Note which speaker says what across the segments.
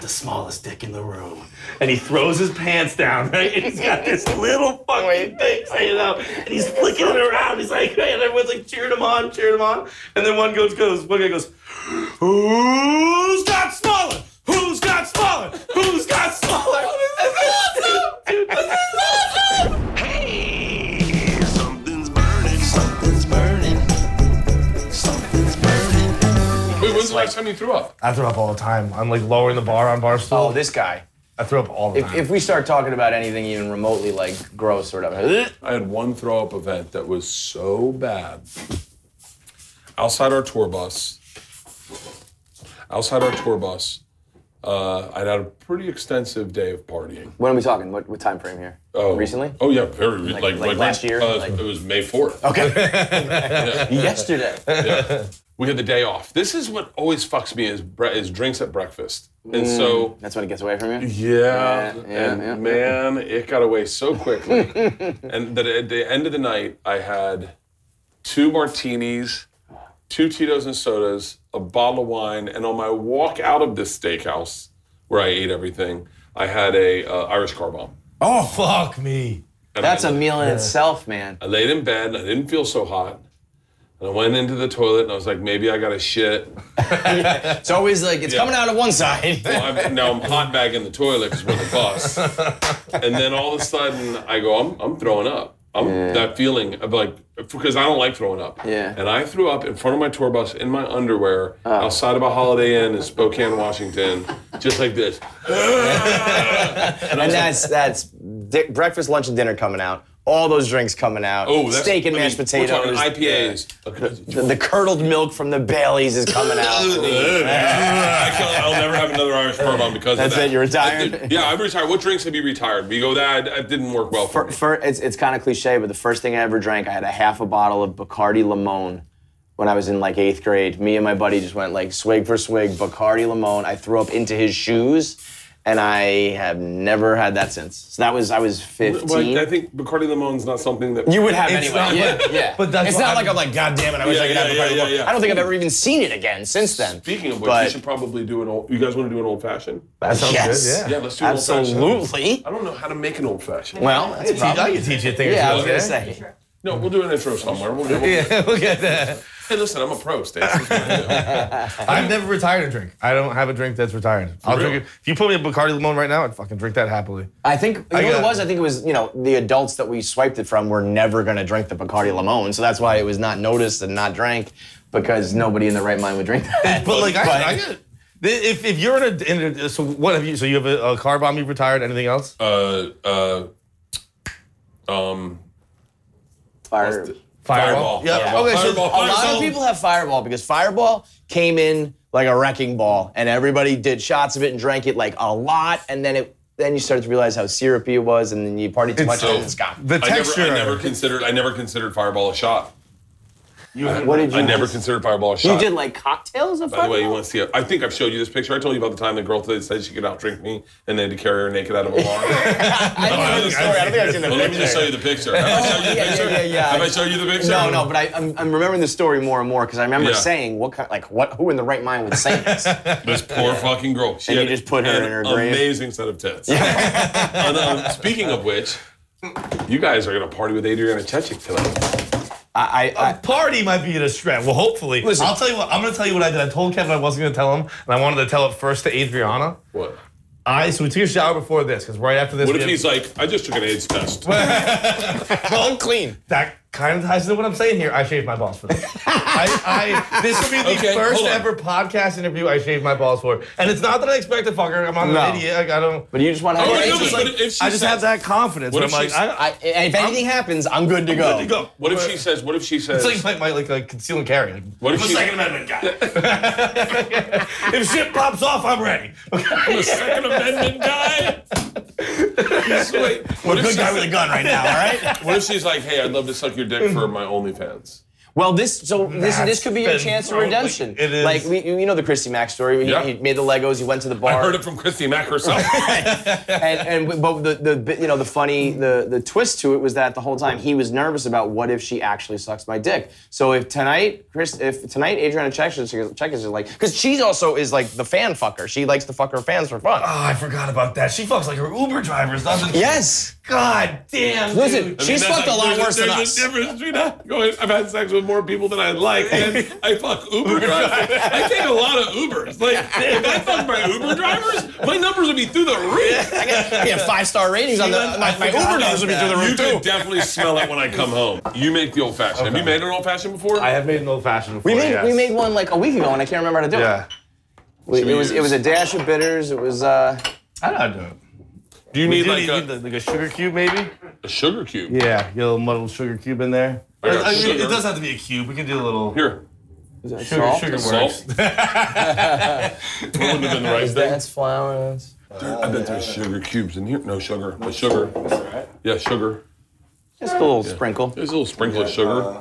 Speaker 1: the smallest dick in the room. And he throws his pants down, right? And he's got this little fucking thing, you know, and he's flicking it around. He's like, and everyone's like cheering him on, cheering him on. And then one goes, goes, one guy goes, Who's got smaller? Who's got smaller? Who's got smaller? this is awesome! This is awesome!
Speaker 2: Hey, something's burning, something's burning, something's burning.
Speaker 3: Wait, when's the last time you threw up?
Speaker 4: I throw up all the time. I'm like lowering the bar on bar stool.
Speaker 5: Oh, this guy.
Speaker 4: I throw up all the
Speaker 5: If,
Speaker 4: time.
Speaker 5: if we start talking about anything even remotely like gross or whatever,
Speaker 3: I had one throw up event that was so bad. Outside our tour bus, outside our tour bus, uh, I'd had a pretty extensive day of partying.
Speaker 5: when are we talking? What, what time frame here?
Speaker 3: Oh,
Speaker 5: Recently?
Speaker 3: Oh yeah, very re- like,
Speaker 5: like last year,
Speaker 3: Uh,
Speaker 5: like-
Speaker 3: it was May fourth.
Speaker 5: Yesterday.
Speaker 3: We had the day off. This is what always fucks me is bre- is drinks at breakfast, and so
Speaker 5: That's when it gets away from you?
Speaker 3: Yeah,
Speaker 5: Yeah, yeah,
Speaker 3: and
Speaker 5: yeah.
Speaker 3: man, it got away so quickly. and that at the end of the night, I had two martinis, two Tito's and sodas, a bottle of wine, and on my walk out of this steakhouse where I ate everything, I had a uh, Irish car bomb.
Speaker 4: oh fuck me.
Speaker 3: And
Speaker 5: That's
Speaker 3: I,
Speaker 5: a meal in itself, man.
Speaker 3: I laid in bed. and I didn't feel so hot. And I went into the toilet and I was like, maybe I got a shit.
Speaker 5: It's always like it's coming out of one side.
Speaker 3: Well, I'm, now I'm hot back in the toilet because we're the boss. and then all of a sudden, I go, I'm, I'm throwing up. I'm that feeling of like, because I don't like throwing up.
Speaker 5: Yeah. Oh.
Speaker 3: And I threw up in front of my tour bus in my underwear outside of a Holiday Inn in Spokane, Washington, just like this.
Speaker 5: and that's that's di- breakfast, lunch, and dinner coming out. All those drinks coming out.
Speaker 3: Oh, that's
Speaker 5: steak and
Speaker 3: I mean,
Speaker 5: mashed
Speaker 3: we're talking
Speaker 5: potatoes.
Speaker 3: IPAs. Okay.
Speaker 5: The, the curdled milk from the Baileys is coming out.
Speaker 3: I can't- I'll never have another Irish car bomb because
Speaker 5: That's
Speaker 3: of that.
Speaker 5: it, you're retired?
Speaker 3: I did- yeah, I'm retired. What drinks have you retired? We go that that didn't work well for
Speaker 5: For,
Speaker 3: me.
Speaker 5: for, it's it's kind of cliche, but the first thing I ever drank, I had a half a bottle of Bacardi Limon when I was in like eighth grade. Me and my buddy just went like swig for swig Bacardi Limon. I threw up into his shoes, and I have never had that since. So that was I was
Speaker 3: Well,
Speaker 5: fifteen.
Speaker 3: I think Bacardi Limon's not something that
Speaker 5: you would have
Speaker 4: It's
Speaker 5: anyway.
Speaker 4: not-
Speaker 5: yeah, yeah.
Speaker 4: But that's
Speaker 5: it's
Speaker 4: what
Speaker 5: not
Speaker 4: I'm-
Speaker 5: like I'm like, God damn it, I wish
Speaker 3: Yeah,
Speaker 5: I could have
Speaker 3: yeah,
Speaker 5: Bacardi
Speaker 3: yeah, yeah,
Speaker 5: Limon.
Speaker 3: yeah.
Speaker 5: I don't think I've ever even seen it again since then.
Speaker 3: Speaking of which,
Speaker 5: But-
Speaker 3: we should probably do an old. You guys want to do an old fashioned?
Speaker 4: That sounds
Speaker 5: Yes.
Speaker 4: good. Yeah.
Speaker 3: Yeah, let's do an old fashioned.
Speaker 5: Absolutely.
Speaker 3: I don't know how to make an old fashioned.
Speaker 5: Well, that's a problem.
Speaker 4: I can teach you a thing or
Speaker 5: Yeah, I
Speaker 4: two,
Speaker 5: was gonna
Speaker 4: okay?
Speaker 5: say.
Speaker 3: No, we'll do an intro somewhere. We'll, we'll,
Speaker 4: Yeah, look at that.
Speaker 3: Hey, listen, I'm a pro, Stan. This is what I do.
Speaker 4: I've never retired a drink. I don't have a drink that's retired. I'll
Speaker 3: real?
Speaker 4: drink it. If you put me a Bacardi Limon right now, I'd fucking drink that happily.
Speaker 5: I think you know what it
Speaker 4: got-
Speaker 5: was. I think it was you know the adults that we swiped it from were never going to drink the Bacardi Limon, so that's why it was not noticed and not drank because nobody in the right mind would drink that.
Speaker 4: But like,
Speaker 5: But-
Speaker 4: I, I get. If, if you're in a, in a so what have you so you have a, a car bomb you've retired anything else
Speaker 3: Uh, uh, um,
Speaker 5: Fire-
Speaker 3: Fireball.
Speaker 4: yeah
Speaker 3: Fireball.
Speaker 4: okay so
Speaker 3: Fireball.
Speaker 5: a lot of people have Fireball because Fireball came in like a wrecking ball, and everybody did shots of it and drank it like a lot, and then it then you started to realize how syrupy it was, and then you party too much
Speaker 3: so-
Speaker 5: and it's gone.
Speaker 4: the
Speaker 3: I never,
Speaker 4: texture
Speaker 3: I never considered. I never considered Fireball a shot.
Speaker 5: what did you?
Speaker 3: I never considered Fireball a shot.
Speaker 5: You did like cocktails of
Speaker 3: By the
Speaker 5: Fireball.
Speaker 3: way, you want to see it? I think I've showed you this picture. I told you about the time the girl that said she could outdrink me, and they had to carry her naked out of a bar.
Speaker 5: I don't know the story. I don't think I've seen the
Speaker 3: Well, let me just show
Speaker 5: picture.
Speaker 3: you the picture. Have I showed you the
Speaker 5: yeah, yeah,
Speaker 3: picture?
Speaker 5: yeah, yeah.
Speaker 3: Have I showed you the picture?
Speaker 5: No, no, but I, I'm, I'm remembering the story more and more because I remember
Speaker 3: Yeah.
Speaker 5: saying what kind, like what, who in the right mind would say this?
Speaker 3: This poor fucking girl. She
Speaker 5: And you
Speaker 3: had
Speaker 5: just put her
Speaker 3: an
Speaker 5: in her grave.
Speaker 3: Amazing set of tits. And, um, speaking of which, you guys are gonna party with Adriana Chechik tonight.
Speaker 5: I, I, I
Speaker 4: party might be in a stretch. Well, hopefully.
Speaker 5: Listen.
Speaker 4: I'll tell you what. I'm going to tell you what I did. I told Kevin I wasn't going to tell him, and I wanted to tell it first to Adriana.
Speaker 3: What?
Speaker 4: I so we took a shower before this because right after this,
Speaker 3: What
Speaker 4: we
Speaker 3: if
Speaker 4: had-
Speaker 3: he's like, I just took an AIDS test?
Speaker 5: I'm clean.
Speaker 4: that kind of ties into what I'm saying here. I shaved my balls for this. I, I this will be the
Speaker 3: Okay,
Speaker 4: first
Speaker 3: hold on.
Speaker 4: ever podcast interview I shaved my balls for, and it's not that I expect a fucker. I'm not
Speaker 5: No.
Speaker 4: an idiot. Like, I don't.
Speaker 5: But you just want to.
Speaker 3: Oh,
Speaker 5: have
Speaker 3: wait,
Speaker 5: it's
Speaker 3: no,
Speaker 5: just
Speaker 3: but
Speaker 5: like,
Speaker 3: if she
Speaker 4: I just
Speaker 3: says-
Speaker 4: have that confidence.
Speaker 3: What
Speaker 4: But I'm
Speaker 3: if
Speaker 4: like,
Speaker 3: she's-
Speaker 4: I, I,
Speaker 5: I, if anything happens, I'm good to go.
Speaker 4: good to go.
Speaker 3: What if she says? What if she says?
Speaker 4: It's like my, my like, like conceal and carry. Like, oh,
Speaker 3: what if
Speaker 4: I'm a
Speaker 3: she?
Speaker 4: Second Amendment guy. if shit pops off, I'm ready.
Speaker 3: I'm a Second Amendment guy. He's like- what, if
Speaker 4: Good
Speaker 3: she
Speaker 4: guy
Speaker 3: said-
Speaker 4: with a gun right now. All right.
Speaker 3: what if she's like, Hey, I'd love to suck your dick for my OnlyFans?
Speaker 5: Well, this so this
Speaker 4: That's
Speaker 5: this could be your
Speaker 4: been
Speaker 5: chance of
Speaker 4: thrown, like,
Speaker 5: redemption. Like,
Speaker 4: it is-
Speaker 5: we, you know the Christy Mack story. He,
Speaker 3: Yeah.
Speaker 5: he made the Legos. He went to the bar.
Speaker 3: I heard it from Christy Mack herself.
Speaker 5: and and but the the bit- you know the funny the the twist to it was that the whole time he was nervous about what if she actually sucks my dick. So if tonight Chris if tonight Adriana Check is Check is like because she also is like the fan fucker. She likes to fuck her fans for fun.
Speaker 6: Oh, I forgot about that. She fucks like her Uber drivers, doesn't she?
Speaker 5: yes.
Speaker 6: God damn.
Speaker 5: Listen,
Speaker 6: dude.
Speaker 5: she's
Speaker 3: That's
Speaker 5: fucked a
Speaker 3: like-
Speaker 5: lot
Speaker 3: there's
Speaker 5: worse than
Speaker 3: there's
Speaker 5: us.
Speaker 3: a difference between that. Going, I've had sex with more people than I'd like, and I fuck Uber drivers. I take a lot of Ubers. Like, if I fuck my Uber drivers, my numbers would be through the roof.
Speaker 5: I got yeah, five star ratings on the
Speaker 6: went-
Speaker 5: my,
Speaker 6: I forgot
Speaker 5: my Uber
Speaker 6: about
Speaker 5: numbers would be
Speaker 6: that.
Speaker 5: through the
Speaker 3: You
Speaker 5: roof
Speaker 3: can
Speaker 5: too.
Speaker 3: definitely smell it when I come home. You make the old fashioned. Have you made an old fashioned before?
Speaker 4: I have made an old fashioned before.
Speaker 5: We made
Speaker 4: yes.
Speaker 5: we made one like a week ago and I can't remember how to do
Speaker 4: Yeah.
Speaker 5: it. We-
Speaker 3: Should we
Speaker 5: it was it was a dash of bitters. It was uh
Speaker 4: I know how to do it.
Speaker 3: Do you
Speaker 4: You
Speaker 3: need
Speaker 4: do
Speaker 3: like
Speaker 4: need,
Speaker 3: a,
Speaker 4: need the- like a sugar cube, maybe?
Speaker 3: a sugar cube?
Speaker 4: Yeah, get a little muddled sugar cube in there.
Speaker 3: I got
Speaker 4: I mean,
Speaker 3: sugar.
Speaker 4: it doesn't have to be a cube. We can do a little
Speaker 3: Here,
Speaker 4: sugar,
Speaker 5: salt?
Speaker 4: sugar
Speaker 3: salt.
Speaker 4: works.
Speaker 3: Wouldn't have been the right thing.
Speaker 5: that's flour. that's-
Speaker 3: I bet there's sugar cubes in here. No sugar, but sugar. Yeah, sugar.
Speaker 5: Just a little sprinkle.
Speaker 3: There's a little sprinkle of sugar.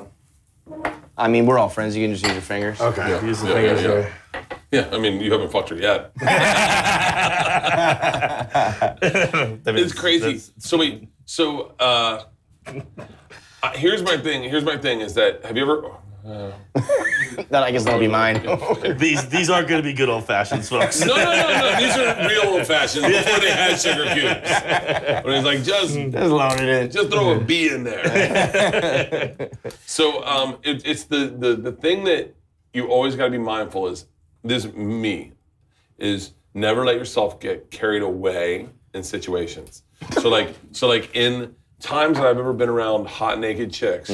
Speaker 5: I mean, we're all friends. You can just use your fingers.
Speaker 4: Okay, use the
Speaker 3: yeah,
Speaker 4: fingers
Speaker 3: yeah.
Speaker 4: there.
Speaker 3: Yeah, I mean, you haven't fucked her yet.
Speaker 4: That
Speaker 3: It's
Speaker 4: means-
Speaker 3: crazy.
Speaker 4: that's-
Speaker 3: So wait, so uh, uh, here's my thing. Here's my thing is that have you ever?
Speaker 5: That I guess that'll be mine.
Speaker 4: These these are going to be good old fashioned, folks.
Speaker 3: No, no, no, no. These are real old fashioned before they had sugar cubes. When it's like just
Speaker 5: Just load it in.
Speaker 3: just throw a bee in there. so um, it, it's the, the the thing that you always got to be mindful is this is me is never let yourself get carried away in situations. So like so like in times that I've ever been around hot naked chicks,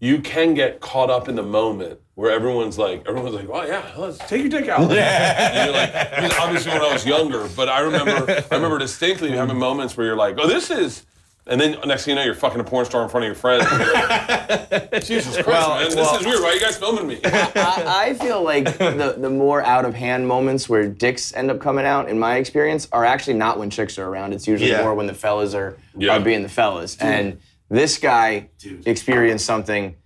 Speaker 3: you can get caught up in the moment where everyone's like everyone's like, oh yeah, let's take your dick out. and you're like, because obviously when I was younger, but I remember I remember distinctly having moments where you're like, oh this is. And then next thing you know, you're fucking a porn star in front of your friends. And you're like, Jesus Christ,
Speaker 5: Well,
Speaker 3: man,
Speaker 5: well-
Speaker 3: this is weird. Why are you guys filming me?
Speaker 5: I, I feel like the, the more out of hand moments where dicks end up coming out, in my experience, are actually not when chicks are around. It's usually
Speaker 4: Yeah.
Speaker 5: more when the fellas are,
Speaker 3: Yeah.
Speaker 5: are being the fellas. And this guy experienced something.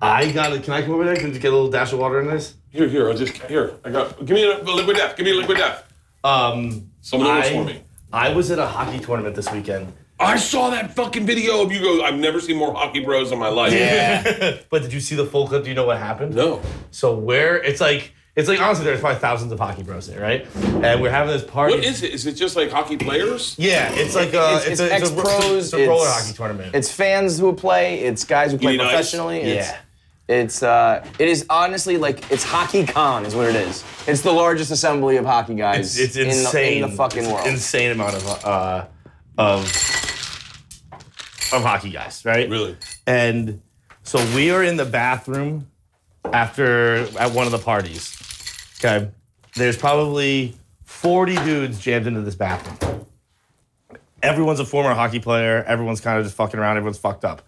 Speaker 4: I got it. Can I come over there? Can you get a little dash of water in this?
Speaker 3: Here, here, I'll just here. I got. Give me a, a liquid death. Give me a liquid death.
Speaker 4: Um,
Speaker 3: Someone orders
Speaker 4: I-
Speaker 3: for me.
Speaker 4: I was at a hockey tournament this weekend.
Speaker 3: I saw that fucking video of you go. I've never seen more hockey bros in my life.
Speaker 4: But did you see the full clip? Do you know what happened?
Speaker 3: No.
Speaker 4: So where it's like it's like honestly, there's probably thousands of hockey bros there, right? And we're having this party.
Speaker 3: What is it? Is it just like hockey players?
Speaker 4: Yeah, it's like uh,
Speaker 5: It's, it's,
Speaker 4: a,
Speaker 5: ex
Speaker 4: it's a- it's a-
Speaker 5: pros.
Speaker 4: It's a roller hockey tournament.
Speaker 5: It's fans who play. It's guys who play
Speaker 3: need ice?
Speaker 5: professionally. It's,
Speaker 4: Yeah.
Speaker 5: It's uh, it is honestly like it's hockey con is what it is. It's the largest assembly of hockey guys
Speaker 4: it's
Speaker 5: in, the,
Speaker 4: insane.
Speaker 5: in the fucking
Speaker 4: It's an
Speaker 5: world.
Speaker 4: Insane amount of uh, of of hockey guys, right?
Speaker 3: Really?
Speaker 4: And so we are in the bathroom after at one of the parties. Okay. There's probably 40 dudes jammed into this bathroom. Everyone's a former hockey player. Everyone's kind of just fucking around. Everyone's fucked up.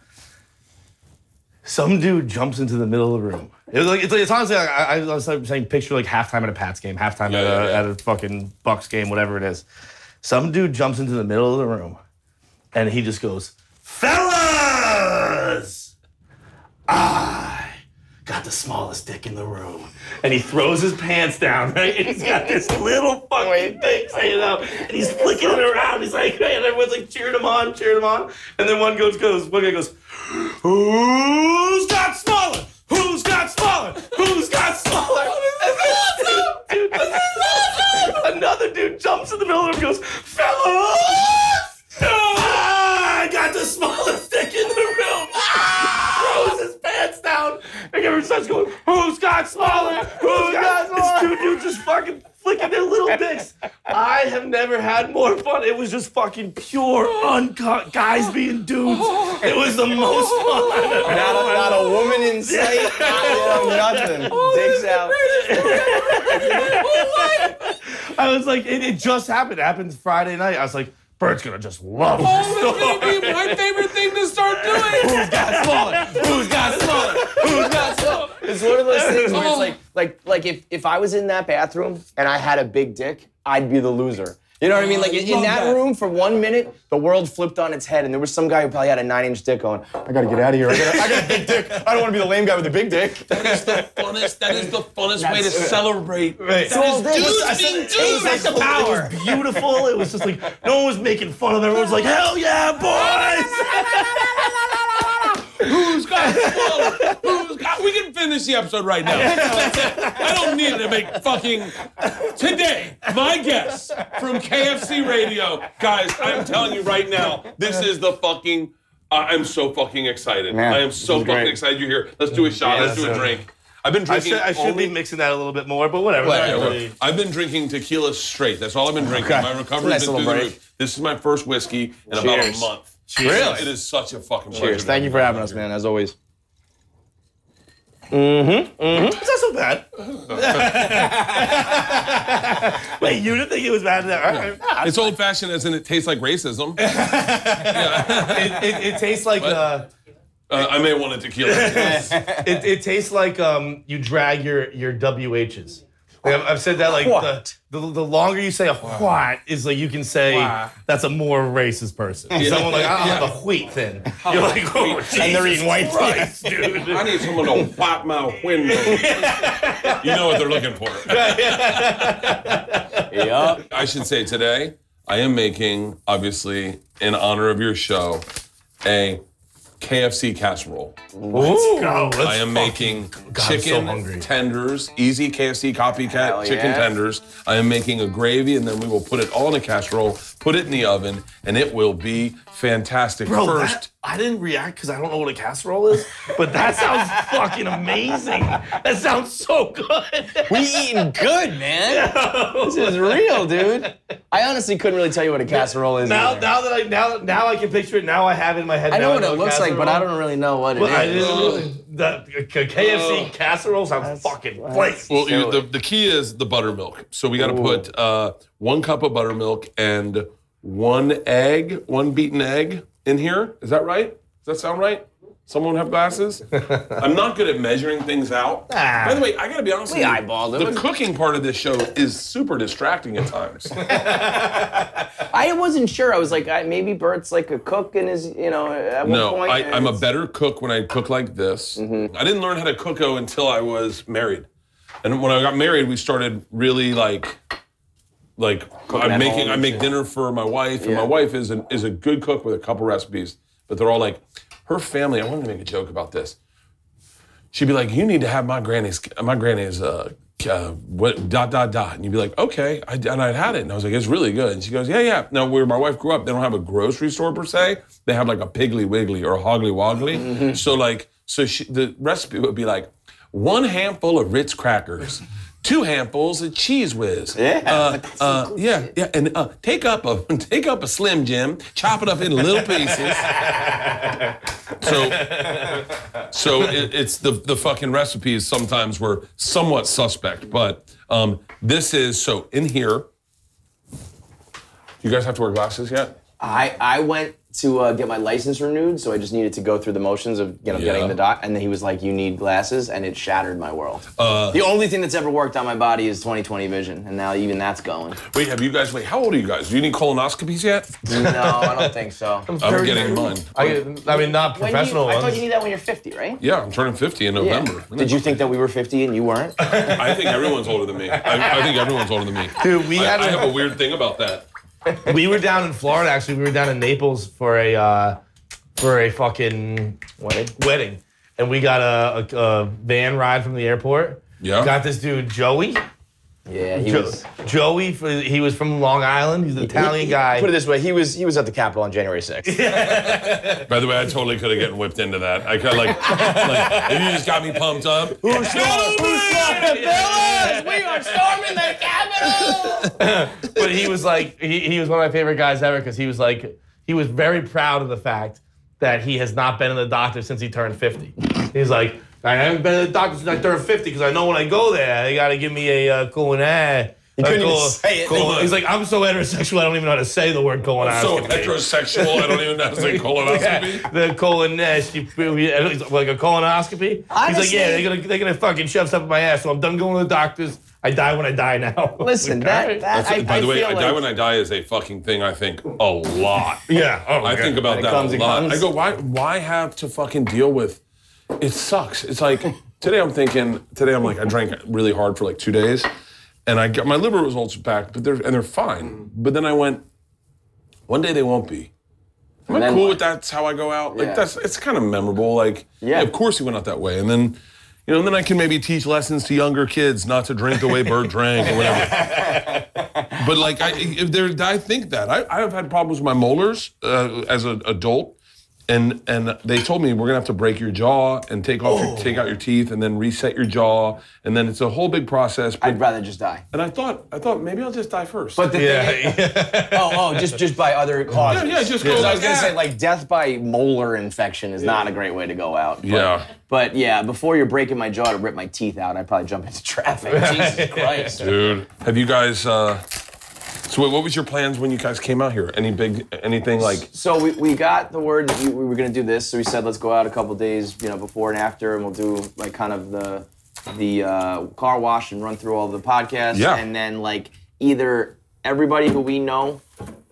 Speaker 4: Some dude jumps into the middle of the room. It was like it's, like, it's honestly like, I, I was like saying picture like halftime at a Pats game, halftime
Speaker 3: Yeah,
Speaker 4: at,
Speaker 3: yeah,
Speaker 4: a,
Speaker 3: yeah.
Speaker 4: at a fucking Bucks game, whatever it is. Some dude jumps into the middle of the room, and he just goes, "Fellas, I got the smallest dick in the room," and he throws his pants down. Right, and he's got this little fucking thing hanging out, and he's flicking it around. He's like, and everyone's like cheering him on, cheering him on, and then one goes, goes, one guy goes. Who's got smaller? Who's got smaller? Who's got smaller? And then dude- dude, Another dude jumps in the middle of the room and goes, Fellas! Ah, I got the smallest dick in the room! Ah! Throws his pants down, and everyone starts going, Who's got smaller? Who's got smaller? This two dudes just fucking flicking their little dicks. I have never had more fun. It was just fucking pure uncut guys being dudes. It was the most fun I've ever had.
Speaker 5: Not a, not a woman in sight. not, nothing. Dicks out.
Speaker 4: I was like, it, it just happened. It happened Friday night. I was like, Bert's gonna just love this.
Speaker 3: Oh, that's gonna be my favorite thing to start doing.
Speaker 5: Who's got smaller? Who's got smaller? It's one of those things where it's like, like, like if, if I was in that bathroom and I had a big dick, I'd be the loser. You know what Oh, I mean? Like
Speaker 4: I
Speaker 5: in
Speaker 4: love
Speaker 5: that,
Speaker 4: that.
Speaker 5: room for one minute, the world flipped on its head, and there was some guy who probably had a nine-inch dick going, "I gotta get out of here. I, gotta, I got a big dick. I don't want to be the lame guy with the big dick."
Speaker 1: funnest, that is the funnest way to
Speaker 5: That's-
Speaker 1: celebrate. Right.
Speaker 5: So all this-
Speaker 1: dudes
Speaker 4: I said-
Speaker 1: being
Speaker 4: it was
Speaker 1: dudes. That's
Speaker 4: like-
Speaker 1: the power.
Speaker 4: It was beautiful. It was just like no one was making fun of. it. Everyone was like, "Hell yeah, boys!"
Speaker 1: Who's got the ball? Who's got? We can finish the episode right now. That's it. I don't need to make fucking today. My guest from KFC Radio, guys. I'm telling you right now, this is the fucking. I- I'm so fucking excited.
Speaker 5: Man,
Speaker 3: I am
Speaker 5: this
Speaker 3: so
Speaker 5: is
Speaker 3: fucking
Speaker 5: great.
Speaker 3: excited you're here. Let's do a shot. Let's do a
Speaker 4: so-
Speaker 3: drink. I've been
Speaker 4: I
Speaker 3: drinking.
Speaker 4: should, I should
Speaker 3: only-
Speaker 4: be mixing that a little bit more, but whatever.
Speaker 3: Whatever.
Speaker 4: Not really.
Speaker 3: I've been drinking tequila straight. That's all I've been drinking.
Speaker 5: Okay.
Speaker 3: My recovery
Speaker 5: Nice
Speaker 3: has been
Speaker 5: little
Speaker 3: through the
Speaker 5: break.
Speaker 3: roof. This is my first whiskey in about a
Speaker 5: Cheers.
Speaker 3: month.
Speaker 4: Cheers. Really?
Speaker 3: It is such a fucking pleasure.
Speaker 5: Cheers. Thank you for having us, man. As always.
Speaker 4: It's not so bad. Wait, you didn't think it was bad? All right.
Speaker 3: It's old fashioned, as in it tastes like racism. uh,
Speaker 4: It, it, it tastes like uh,
Speaker 3: I may want a tequila.
Speaker 4: it, it tastes like um, you drag your your WHs. Like, I've, I've said that like the,
Speaker 5: What?
Speaker 4: the the longer you say a what is like you can say that's a more racist person. Someone like I'll have a wheat thin. You're like oh, and they're eating white rice, dude.
Speaker 3: I need someone to wipe my window. you know what they're looking for.
Speaker 5: Yup.
Speaker 3: I should say today, I am making, obviously, in honor of your show, a KFC casserole.
Speaker 4: Let's go. Let's
Speaker 3: I am making
Speaker 4: I'm so
Speaker 3: chicken
Speaker 4: hungry.
Speaker 3: tenders, easy KFC
Speaker 5: Hell
Speaker 3: copycat chicken
Speaker 5: yeah.
Speaker 3: tenders. I am making a gravy, and then we will put it all in a casserole, put it in the oven, and it will be fantastic.
Speaker 4: Bro, that-
Speaker 3: First,
Speaker 4: I didn't react because I don't know what a casserole is, but that sounds fucking amazing. That sounds so good.
Speaker 5: We eating good, man. This is real, dude. I honestly couldn't really tell you what a casserole is.
Speaker 4: Now,
Speaker 5: either.
Speaker 4: now that I now now I can picture it. Now I have it in my head.
Speaker 5: I know
Speaker 4: Now
Speaker 5: what it
Speaker 4: a
Speaker 5: looks like, but I
Speaker 4: casserole.
Speaker 5: don't really know what it
Speaker 4: But I
Speaker 5: is.
Speaker 4: didn't really- the a KFC casserole sounds fucking great.
Speaker 3: well, you, the, the key is the buttermilk. So we got to put uh, one cup of buttermilk and one egg, one beaten egg in here. Is that right? Does that sound right? Someone have glasses? I'm not good at measuring things out.
Speaker 4: Ah.
Speaker 3: By the way, I gotta be honest
Speaker 5: We
Speaker 3: with you.
Speaker 5: eyeballed it.
Speaker 3: The cooking part of this show is super distracting at times.
Speaker 5: I wasn't sure. I was like, I, maybe Bert's like a cook and is, you know, at one
Speaker 3: No,
Speaker 5: point. Mm-hmm.
Speaker 3: I, I'm a
Speaker 5: it's-
Speaker 3: better cook when I cook like this. I didn't learn how to cook oh, until I was married, and when I got married, we started really like, like
Speaker 5: at
Speaker 3: I'm making
Speaker 5: home
Speaker 3: I
Speaker 5: and
Speaker 3: make
Speaker 5: shit.
Speaker 3: dinner for my wife, and
Speaker 5: Yeah.
Speaker 3: my wife is an, is a good cook with a couple recipes, but they're all like, her family. I wanted to make a joke about this. She'd be like, "You need to have my granny's my granny's uh, uh, what dot dot dot," and you'd be like, "Okay," I, and I'd had it, and I was like, "It's really good." And she goes, "Yeah, yeah." Now, where my wife grew up, they don't have a grocery store per se. They have like a Piggly Wiggly or a Hoggly Woggly. So like, so she, the recipe would be like, one handful of Ritz crackers. Two handfuls of cheese whiz. Yeah, uh, yeah, yeah, and uh, take up a take up a Slim Jim, chop it up in little pieces. so so it, it's the the fucking recipes sometimes were somewhat suspect, but um, this is so in here. You guys have to wear glasses yet?
Speaker 5: I, I went to uh, get my license renewed, so I just needed to go through the motions of you know
Speaker 3: Yeah.
Speaker 5: getting the doc. And then he was like, "You need glasses," and it shattered my world.
Speaker 3: Uh,
Speaker 5: the only thing that's ever worked on my body is 20/20 vision, and now even that's going.
Speaker 3: Wait, have you guys? Wait, how old are you guys? Do you need colonoscopies yet?
Speaker 5: no, I don't think so.
Speaker 3: I'm getting mine.
Speaker 4: Mm-hmm. I, I mean, not
Speaker 5: When you, I
Speaker 4: professional
Speaker 5: thought
Speaker 4: ones.
Speaker 5: you need that when you're 50, right?
Speaker 3: Yeah, I'm turning 50 in
Speaker 5: Yeah.
Speaker 3: November.
Speaker 5: Did you think that we were 50 and you weren't?
Speaker 3: I think everyone's older than me. I, I think everyone's older than me.
Speaker 4: Dude, we
Speaker 3: I,
Speaker 4: had
Speaker 3: I
Speaker 4: a-
Speaker 3: have a weird thing about that.
Speaker 4: we were down in Florida. Actually, we were down in Naples for a uh, for a fucking
Speaker 5: Wedding.
Speaker 4: wedding, and we got a, a, a van ride from the airport.
Speaker 3: Yeah.
Speaker 4: Got this dude Joey.
Speaker 5: Yeah, he
Speaker 4: Jo-
Speaker 5: was.
Speaker 4: Joey, he was from Long Island. He's an Italian guy.
Speaker 5: Put it this way, he was he was at the Capitol on January 6th.
Speaker 3: By the way, I totally could have gotten whipped into that. I could like, like if you just got me pumped up. Who's
Speaker 5: we are storming the Capitol.
Speaker 4: but he was like, he, he was one of my favorite guys ever because he was like, he was very proud of the fact that he has not been in the doctor since he turned 50. He's like, I haven't been in the doctor since I turned 50 because I know when I go there, they got to give me a uh, cool and
Speaker 5: He
Speaker 4: Uh,
Speaker 5: couldn't even
Speaker 4: colo-
Speaker 5: say it.
Speaker 4: colo- He's like, I'm so heterosexual, I don't even know how to say the word colonoscopy.
Speaker 3: So heterosexual, I don't even know how to say colonoscopy.
Speaker 4: the colonoscopy, like a colonoscopy. He's like,
Speaker 5: Honestly-
Speaker 4: yeah, they're gonna they're gonna fucking shove stuff up my ass. So I'm done going to the doctors. I die when I die now.
Speaker 5: Listen,
Speaker 4: Like,
Speaker 5: that,
Speaker 4: alright.
Speaker 5: that I,
Speaker 3: By the way,
Speaker 5: feel
Speaker 3: I
Speaker 5: like,
Speaker 3: die when I die is a fucking thing I think a lot.
Speaker 4: yeah. Oh,
Speaker 3: I
Speaker 4: yeah.
Speaker 3: think about
Speaker 5: When it
Speaker 3: that
Speaker 5: comes,
Speaker 3: a
Speaker 5: it
Speaker 3: lot.
Speaker 5: comes.
Speaker 3: I go, why why have to fucking deal with it sucks. It's like today I'm thinking today I'm like I drank really hard for like two days and I got my liver results back, but they're and they're
Speaker 5: Mm.
Speaker 3: fine. But then I went, one day they won't be. Am I
Speaker 5: then
Speaker 3: cool
Speaker 5: what?
Speaker 3: with that's how I go out? Like
Speaker 5: Yeah.
Speaker 3: that's it's kind of memorable. Like
Speaker 5: Yeah.
Speaker 3: of course he went out that way. And then you know, and then I can maybe teach lessons to younger kids not to drink the way Bird drank or whatever. But like I, if there, I think that I, I have had problems with my molars uh, as an adult, and and they told me we're gonna have to break your jaw and take off your, take out your teeth and then reset your jaw and then it's a whole big process. But,
Speaker 5: I'd rather just die.
Speaker 3: and I thought I thought maybe I'll just die first.
Speaker 5: But the thing
Speaker 4: Yeah, yeah.
Speaker 5: is, oh, oh, just just by other causes.
Speaker 3: yeah, just go
Speaker 5: 'Cause I
Speaker 3: like
Speaker 5: was gonna
Speaker 3: that.
Speaker 5: say like death by molar infection is not a great way to go out. But,
Speaker 3: yeah,
Speaker 5: But yeah, before you're breaking my jaw to rip my teeth out, I'd probably jump into traffic. Jesus Christ.
Speaker 3: dude. Have you guys? Uh, so wait, what was your plans when you guys came out here? Any big anything like?
Speaker 5: So we, we got the word that you, we were gonna do this. So we said let's go out a couple days, you know, before and after, and we'll do like kind of the the uh, car wash and run through all the podcasts,
Speaker 3: Yeah.
Speaker 5: and then like either everybody who we know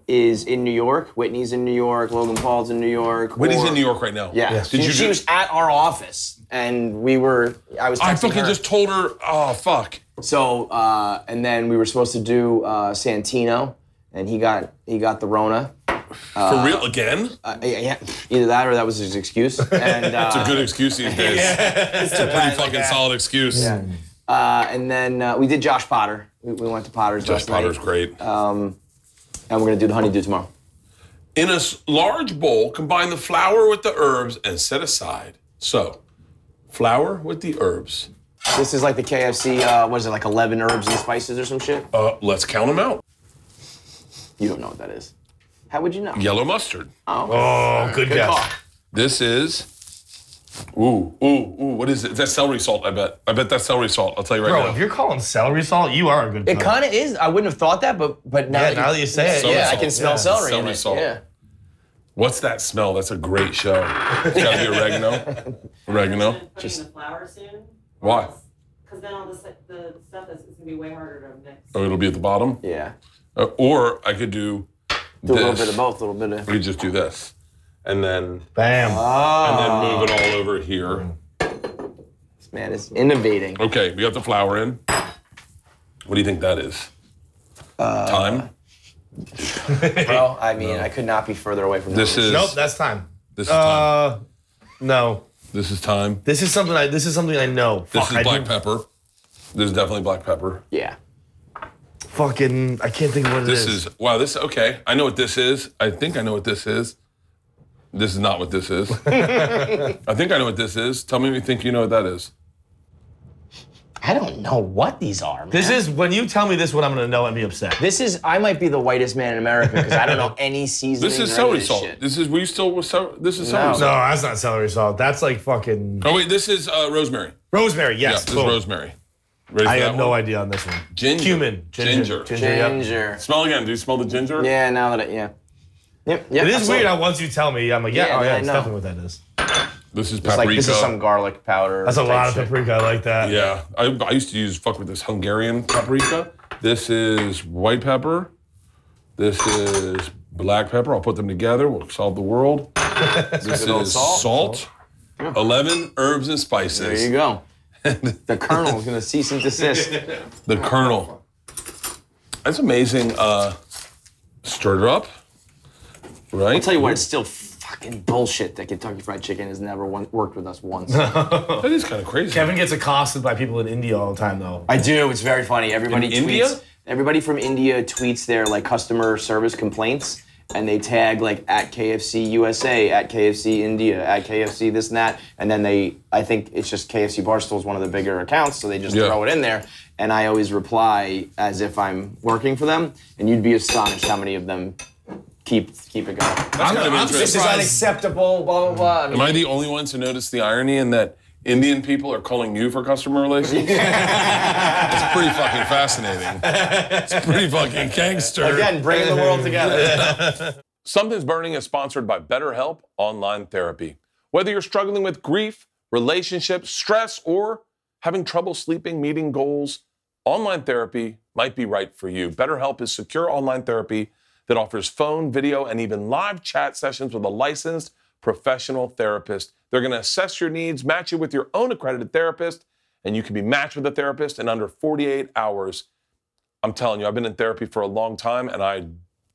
Speaker 5: is in New York, Whitney's in New York, Logan Paul's in New York.
Speaker 3: Whitney's
Speaker 5: or-
Speaker 3: in New York right now.
Speaker 5: Yeah,
Speaker 3: Did
Speaker 5: she,
Speaker 3: you?
Speaker 5: she
Speaker 3: do-
Speaker 5: was at our office, and we were. I was.
Speaker 3: I
Speaker 5: texting
Speaker 3: fucking
Speaker 5: her.
Speaker 3: just told her. Oh fuck.
Speaker 5: So uh, and then we were supposed to do uh, Santino, and he got he got the Rona.
Speaker 3: For real again?
Speaker 5: Uh, yeah, yeah, either that or that was his excuse. And uh,
Speaker 3: Good excuse these days. It's a pretty fucking solid excuse.
Speaker 5: Uh, and then uh, we did Josh Potter. We, we went to Potter's
Speaker 3: Josh
Speaker 5: last night, Um,
Speaker 3: Potter's great.
Speaker 5: Uh, and we're gonna do the honeydew tomorrow.
Speaker 3: In a s- large bowl, combine the flour with the herbs and set aside. So, flour with the herbs.
Speaker 5: This is like the KFC. Uh, what is it like? Eleven herbs and spices or some shit?
Speaker 3: Uh, let's count them out.
Speaker 5: You don't know what that is. How would you know?
Speaker 3: Yellow mustard.
Speaker 4: Oh, good,
Speaker 5: Good
Speaker 4: guess.
Speaker 5: call.
Speaker 3: This is. Ooh, ooh, ooh! What is it? That's celery salt. I bet. I bet that's celery salt. I'll tell you right
Speaker 4: Bro,
Speaker 3: now.
Speaker 4: if you're calling celery salt, you are a good.
Speaker 5: It
Speaker 4: cook.
Speaker 5: kind of is. I wouldn't have thought that, but but now,
Speaker 4: Yeah,
Speaker 5: that,
Speaker 4: now that you say it,
Speaker 3: Celery
Speaker 5: yeah, I
Speaker 3: salt,
Speaker 5: can smell
Speaker 4: yeah.
Speaker 5: celery. in
Speaker 3: Celery
Speaker 5: it.
Speaker 3: salt.
Speaker 5: Yeah.
Speaker 3: What's that smell? That's a great show. It's gotta be oregano. oregano.
Speaker 7: Putting the flour soon.
Speaker 3: Why?
Speaker 7: Because then all the, s- the stuff is it's gonna be way harder to mix.
Speaker 3: Oh, it'll be at the bottom.
Speaker 5: Yeah.
Speaker 3: Uh, or I could do.
Speaker 5: Do a little
Speaker 3: this.
Speaker 5: bit of both. A little bit of.
Speaker 3: We could just do this, and then
Speaker 4: Bam.
Speaker 3: and then
Speaker 4: Ah.
Speaker 3: move it all over here.
Speaker 5: Oh, Man, it's innovating.
Speaker 3: Okay, we got the flour in. What do you think that is?
Speaker 4: Uh,
Speaker 3: Time.
Speaker 5: Bro, I mean, I could not be further away from
Speaker 3: This
Speaker 5: numbers.
Speaker 3: is
Speaker 4: nope, that's time.
Speaker 3: this is time.
Speaker 4: Uh, no.
Speaker 3: This is time.
Speaker 4: This is something I. This is something I know.
Speaker 3: This
Speaker 4: Fuck,
Speaker 3: is
Speaker 4: I
Speaker 3: black
Speaker 4: do-
Speaker 3: pepper. This is definitely black pepper.
Speaker 5: Yeah.
Speaker 4: Fucking, I can't think of what
Speaker 3: This
Speaker 4: it is.
Speaker 3: is wow. This okay. I know what this is. I think I know what this is. This is not what this is. I think I know what this is. Tell me if you think you know what that is.
Speaker 5: I don't know what these are. Man.
Speaker 4: This is when you tell me this, what I'm gonna know and be upset.
Speaker 5: This is. I might be the whitest man in America because I don't know any seasoning.
Speaker 3: This is
Speaker 5: or any of
Speaker 3: celery salt.
Speaker 5: shit.
Speaker 3: This is were you still with celery? This is celery
Speaker 5: No.
Speaker 4: no,
Speaker 3: salt.
Speaker 4: that's not celery salt. That's like fucking
Speaker 3: Oh wait, this is uh, rosemary.
Speaker 4: rosemary.
Speaker 3: Yeah,
Speaker 4: Yes,
Speaker 3: this
Speaker 4: boom.
Speaker 3: is rosemary. Ready for
Speaker 4: I
Speaker 3: that
Speaker 4: have no
Speaker 3: one?
Speaker 4: idea on this one.
Speaker 3: Ginger.
Speaker 4: Cumin. Ginger.
Speaker 3: Ginger.
Speaker 4: yep.
Speaker 5: Ginger.
Speaker 3: Smell again. Do you smell the ginger?
Speaker 5: Yeah, now that I, yeah. Yep, yep,
Speaker 4: It is
Speaker 5: absolutely.
Speaker 4: weird how once you tell me, I'm like, yeah,
Speaker 5: Yeah,
Speaker 4: oh
Speaker 5: yeah,
Speaker 4: yeah,
Speaker 5: I
Speaker 4: it's
Speaker 5: know.
Speaker 4: definitely what that is.
Speaker 3: This is
Speaker 5: It's
Speaker 3: paprika.
Speaker 5: like this is some garlic powder.
Speaker 4: That's a
Speaker 5: type
Speaker 4: lot of
Speaker 5: shit.
Speaker 4: paprika. I like that.
Speaker 3: Yeah, I, I used to use fuck with this Hungarian paprika. This is white pepper. This is black pepper. I'll put them together. We'll solve the world. this
Speaker 5: old
Speaker 3: is
Speaker 5: salt.
Speaker 3: salt. Eleven herbs and
Speaker 5: There you
Speaker 3: spices.
Speaker 5: go. the colonel's gonna cease and desist.
Speaker 3: The kernel. That's amazing. Uh, stirred up. Right.
Speaker 5: I'll tell you what, it's still fucking bullshit that Kentucky Fried Chicken has never one, worked with us once.
Speaker 3: That is kind of crazy.
Speaker 4: Kevin gets accosted by people in India all the time, though.
Speaker 5: I do. It's very funny. Everybody tweets.
Speaker 3: In India?
Speaker 5: Everybody from India tweets their like customer service complaints, and they tag like at KFC USA, at KFC India, at KFC this and that, and then they. I think it's just KFC Barstool is one of the bigger accounts, so they just
Speaker 3: Yeah.
Speaker 5: throw it in there. And I always reply as if I'm working for them, and you'd be astonished how many of them keep keep it going.
Speaker 3: That's kind of interesting.
Speaker 5: unacceptable. Blah blah blah. I mean,
Speaker 3: Am I the only one to notice the irony in that Indian people are calling you for customer relations.
Speaker 8: It's pretty fucking fascinating. It's pretty fucking gangster.
Speaker 5: Again, bringing the world together.
Speaker 3: Something's Burning is sponsored by BetterHelp Online Therapy. Whether you're struggling with grief, relationships, stress, or having trouble sleeping, meeting goals, online therapy might be right for you. BetterHelp is secure online therapy that offers phone, video, and even live chat sessions with a licensed professional therapist. They're going to assess your needs, match you with your own accredited therapist, and you can be matched with a therapist in under 48 hours. I'm telling you, I've been in therapy for a long time and I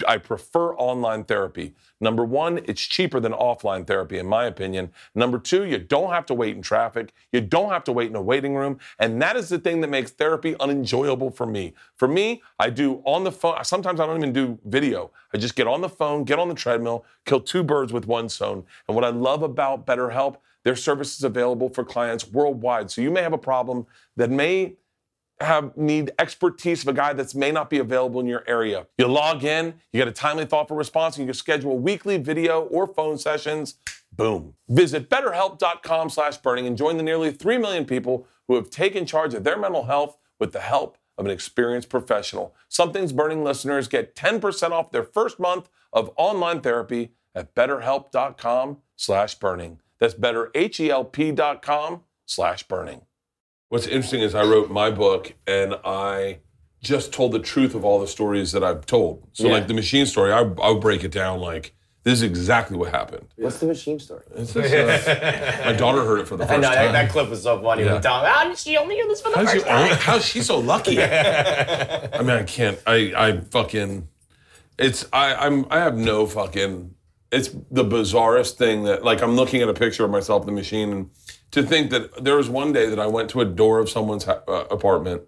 Speaker 3: I prefer online therapy. Number one, it's cheaper than offline therapy, in my opinion. Number two, you don't have to wait in traffic. You don't have to wait in a waiting room. And that is the thing that makes therapy unenjoyable for me. For me, I do on the phone. Sometimes I don't even do video. I just get on the phone, get on the treadmill, kill two birds with one stone. And what I love about BetterHelp, their service is available for clients worldwide. So you may have a problem that may have need expertise of a guy that's may not be available in your area. You log in, you get a timely, thoughtful response, and you can schedule weekly video or phone sessions. Boom. Visit betterhelp.com slash burning and join the nearly 3 million people who have taken charge of their mental health with the help of an experienced professional. Something's Burning listeners get 10% off their first month of online therapy at betterhelp.com slash burning. That's E betterhelp.com slash burning. What's interesting is I wrote my book and I just told the truth of all the stories that I've told. So,
Speaker 5: Yeah.
Speaker 3: like the machine story, I, I would break it down like this is exactly what happened.
Speaker 5: What's the machine story?
Speaker 3: It's just, uh, my daughter heard it for the first time.
Speaker 5: clip was so funny.
Speaker 3: Yeah.
Speaker 5: Dom, how did she only hear this for the
Speaker 3: How's she, how's she so lucky? I mean, I can't. I I fucking. It's I I'm I have no fucking. It's the bizarrest thing that like I'm looking at a picture of myself in the machine and to think that there was one day that I went to a door of someone's ha- uh, apartment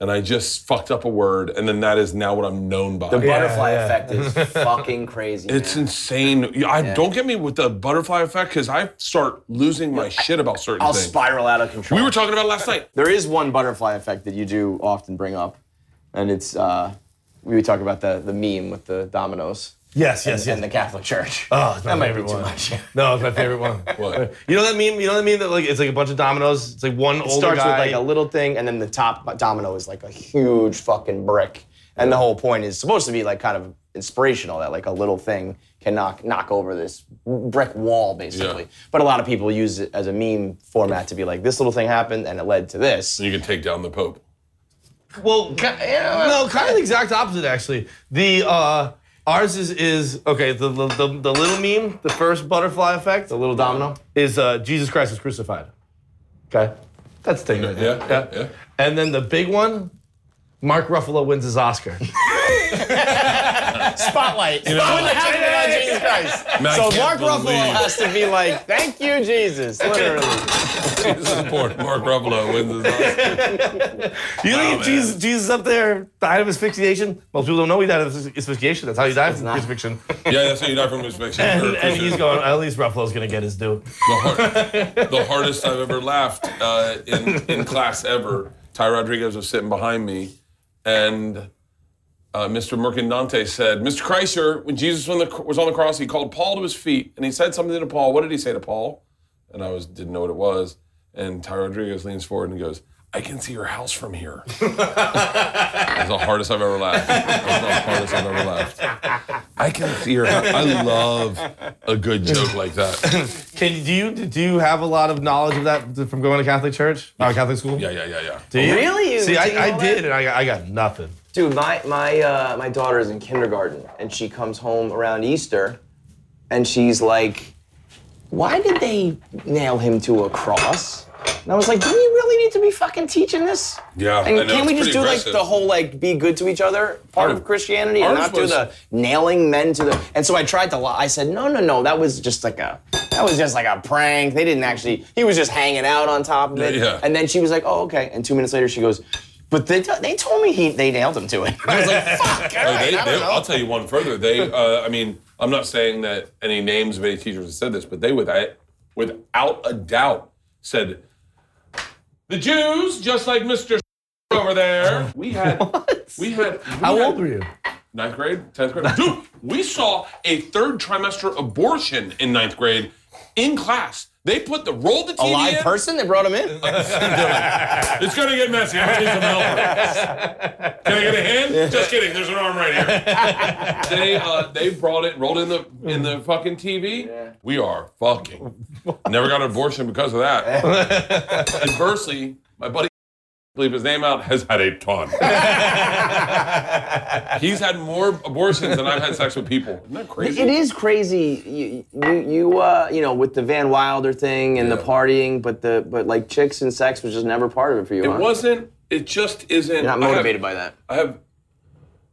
Speaker 3: and I just fucked up a word and then that is now what I'm known by.
Speaker 5: The butterfly effect is fucking crazy.
Speaker 3: It's
Speaker 5: man.
Speaker 3: insane. You- I don't get me with the butterfly effect because I start losing my shit about certain
Speaker 5: I'll
Speaker 3: things.
Speaker 5: spiral out of control.
Speaker 3: we were talking about it last night.
Speaker 5: There is one butterfly effect that you do often bring up, and it's uh, we talk about the the meme with the dominoes
Speaker 4: Yes, yes, yes.
Speaker 5: and the Catholic Church.
Speaker 4: Oh, it's my
Speaker 5: that might be
Speaker 4: favorite
Speaker 5: too
Speaker 4: one.
Speaker 5: much.
Speaker 4: No, it's my favorite one.
Speaker 3: What?
Speaker 4: You know that meme? You know that meme that like it's like a bunch of dominoes. It's like one
Speaker 5: It
Speaker 4: older
Speaker 5: starts with
Speaker 4: guy.
Speaker 5: like a little thing, and then the top domino is like a huge fucking brick. And the whole point is supposed to be like kind of inspirational that like a little thing can knock knock over this brick wall basically.
Speaker 3: Yeah.
Speaker 5: But a lot of people use it as a meme format to be like this little thing happened and it led to this.
Speaker 3: You can take down the Pope.
Speaker 4: well, ki- no, kind of the exact opposite actually. The uh, ours is is okay. The, the the the little meme, the first butterfly effect,
Speaker 5: Little domino.
Speaker 4: is uh, Jesus Christ was crucified. Okay, that's the thing. right there.
Speaker 3: Yeah, yeah, yeah.
Speaker 4: And then the big one, Mark Ruffalo wins his Oscar.
Speaker 5: Spotlight. Spotlight happened about Jesus Christ.
Speaker 3: Man, I
Speaker 5: So
Speaker 3: can't
Speaker 5: Mark Ruffalo
Speaker 3: believe-
Speaker 5: has to be like, "Thank you, Jesus." Literally.
Speaker 3: Jesus support Mark Ruffalo wins his Oscar.
Speaker 4: You
Speaker 3: Wow, Oh,
Speaker 4: think
Speaker 3: man.
Speaker 4: if Jesus, Jesus up there died of asphyxiation? Most people don't know he died of asphyxiation. That's how you die from
Speaker 5: not.
Speaker 4: crucifixion.
Speaker 3: Yeah, that's how you die from crucifixion.
Speaker 4: and,
Speaker 3: Or
Speaker 4: and he's
Speaker 3: crucifixion.
Speaker 4: going, at least Ruffalo's going to get his due.
Speaker 3: The, hard- the hardest I've ever laughed uh, in, in class ever. Ty Rodriguez was sitting behind me, and uh, Mr. Mercandante said, Mr. Kreischer, when Jesus on the, cr- was on the cross, he called Paul to his feet, and he said something to Paul. What did he say to Paul? And I was didn't know what it was. And Ty Rodriguez leans forward and goes, I can see your house from here. That's the hardest I've ever laughed. That's the hardest I've ever laughed. I can see your house. I love a good joke like that.
Speaker 4: Can do you do you have a lot of knowledge of that from going to Catholic church? Uh, Catholic school?
Speaker 3: Yeah, yeah, yeah, yeah.
Speaker 4: Do you?
Speaker 5: Really? You-
Speaker 4: See,
Speaker 5: do you
Speaker 4: I,
Speaker 5: know
Speaker 4: I
Speaker 5: that?
Speaker 4: did, and I got, I got nothing.
Speaker 5: Dude, my my uh, my daughter is in kindergarten, and she comes home around Easter, and she's like, "Why did they nail him to a cross?" And I was like, "Do we really need to be fucking teaching this?"
Speaker 3: Yeah,
Speaker 5: And
Speaker 3: I know,
Speaker 5: can we
Speaker 3: it's
Speaker 5: just
Speaker 3: pretty
Speaker 5: do
Speaker 3: aggressive.
Speaker 5: like the whole like be good to each other part
Speaker 3: Ours-
Speaker 5: of Christianity and
Speaker 3: ours
Speaker 5: not do
Speaker 3: was-
Speaker 5: the nailing men to the? And so I tried to lie. I said, "No, no, no. That was just like a that was just like a prank. They didn't actually. He was just hanging out on top of it."
Speaker 3: Yeah.
Speaker 5: And then she was like, "Oh, okay." And two minutes later, she goes. But they, they told me he they nailed him to it. I was like, fuck. all
Speaker 3: Oh,
Speaker 5: right,
Speaker 3: they,
Speaker 5: I
Speaker 3: they,
Speaker 5: don't know.
Speaker 3: I'll tell you one further. They, uh, I mean, I'm not saying that any names of any teachers have said this, but they, with, without a doubt, said the Jews, just like Mr. over there. We had, we had. we
Speaker 4: How
Speaker 3: had-
Speaker 4: old were you?
Speaker 3: Ninth grade, tenth grade. Dude, we saw a third trimester abortion in ninth grade in class. They put the roll the TV.
Speaker 5: A live
Speaker 3: in.
Speaker 5: person? They brought him in?
Speaker 3: It's gonna get messy. I need some help. Can I get a hand? Just kidding. There's an arm right here. they uh, they brought it, rolled in the in the fucking TV. We are fucking. Never got an abortion because of that. Adversely, my buddy, leave his name out, has had a ton. He's had more abortions than I've had sex with people. Isn't that crazy?
Speaker 5: It is crazy, you you, you, uh, you know, with the Van Wilder thing and the partying, but the but like chicks and sex was just never part of it for you.
Speaker 3: It
Speaker 5: huh?
Speaker 3: wasn't. It just isn't.
Speaker 5: You're not
Speaker 3: I have-
Speaker 5: motivated by that.
Speaker 3: I have.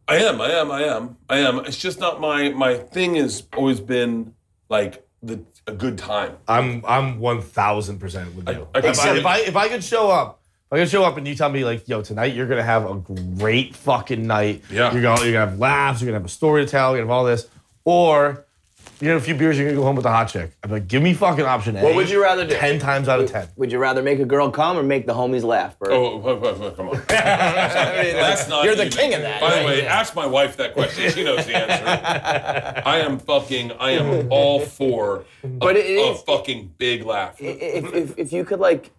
Speaker 3: I am. I am. I am. I am. It's just not my my thing. Has always been like the a good time.
Speaker 5: Oh,
Speaker 4: I'm I'm one thousand percent with you.
Speaker 3: I- I-
Speaker 4: if, I,
Speaker 3: I-
Speaker 4: if I if I could show up, if I could show up and you tell me like, yo, tonight you're gonna have a great fucking night.
Speaker 3: Yeah.
Speaker 4: You're gonna you're gonna have laughs. You're gonna have a story to tell. You're gonna have all this, or you know, a few beers. You're gonna go home with a hot chick. I'm like, give me fucking option A.
Speaker 5: What would you rather do?
Speaker 4: Ten times out of ten.
Speaker 5: Would you rather make a girl come or make the homies laugh, bro?
Speaker 3: Oh, wait, wait, wait, come on. That's not.
Speaker 5: you're the
Speaker 3: even-
Speaker 5: king of that.
Speaker 3: By the way, ask my wife that question. She knows the answer. I am fucking. I am all for a,
Speaker 5: But it
Speaker 3: a
Speaker 5: is-
Speaker 3: fucking big laugh.
Speaker 5: if, if, if you could like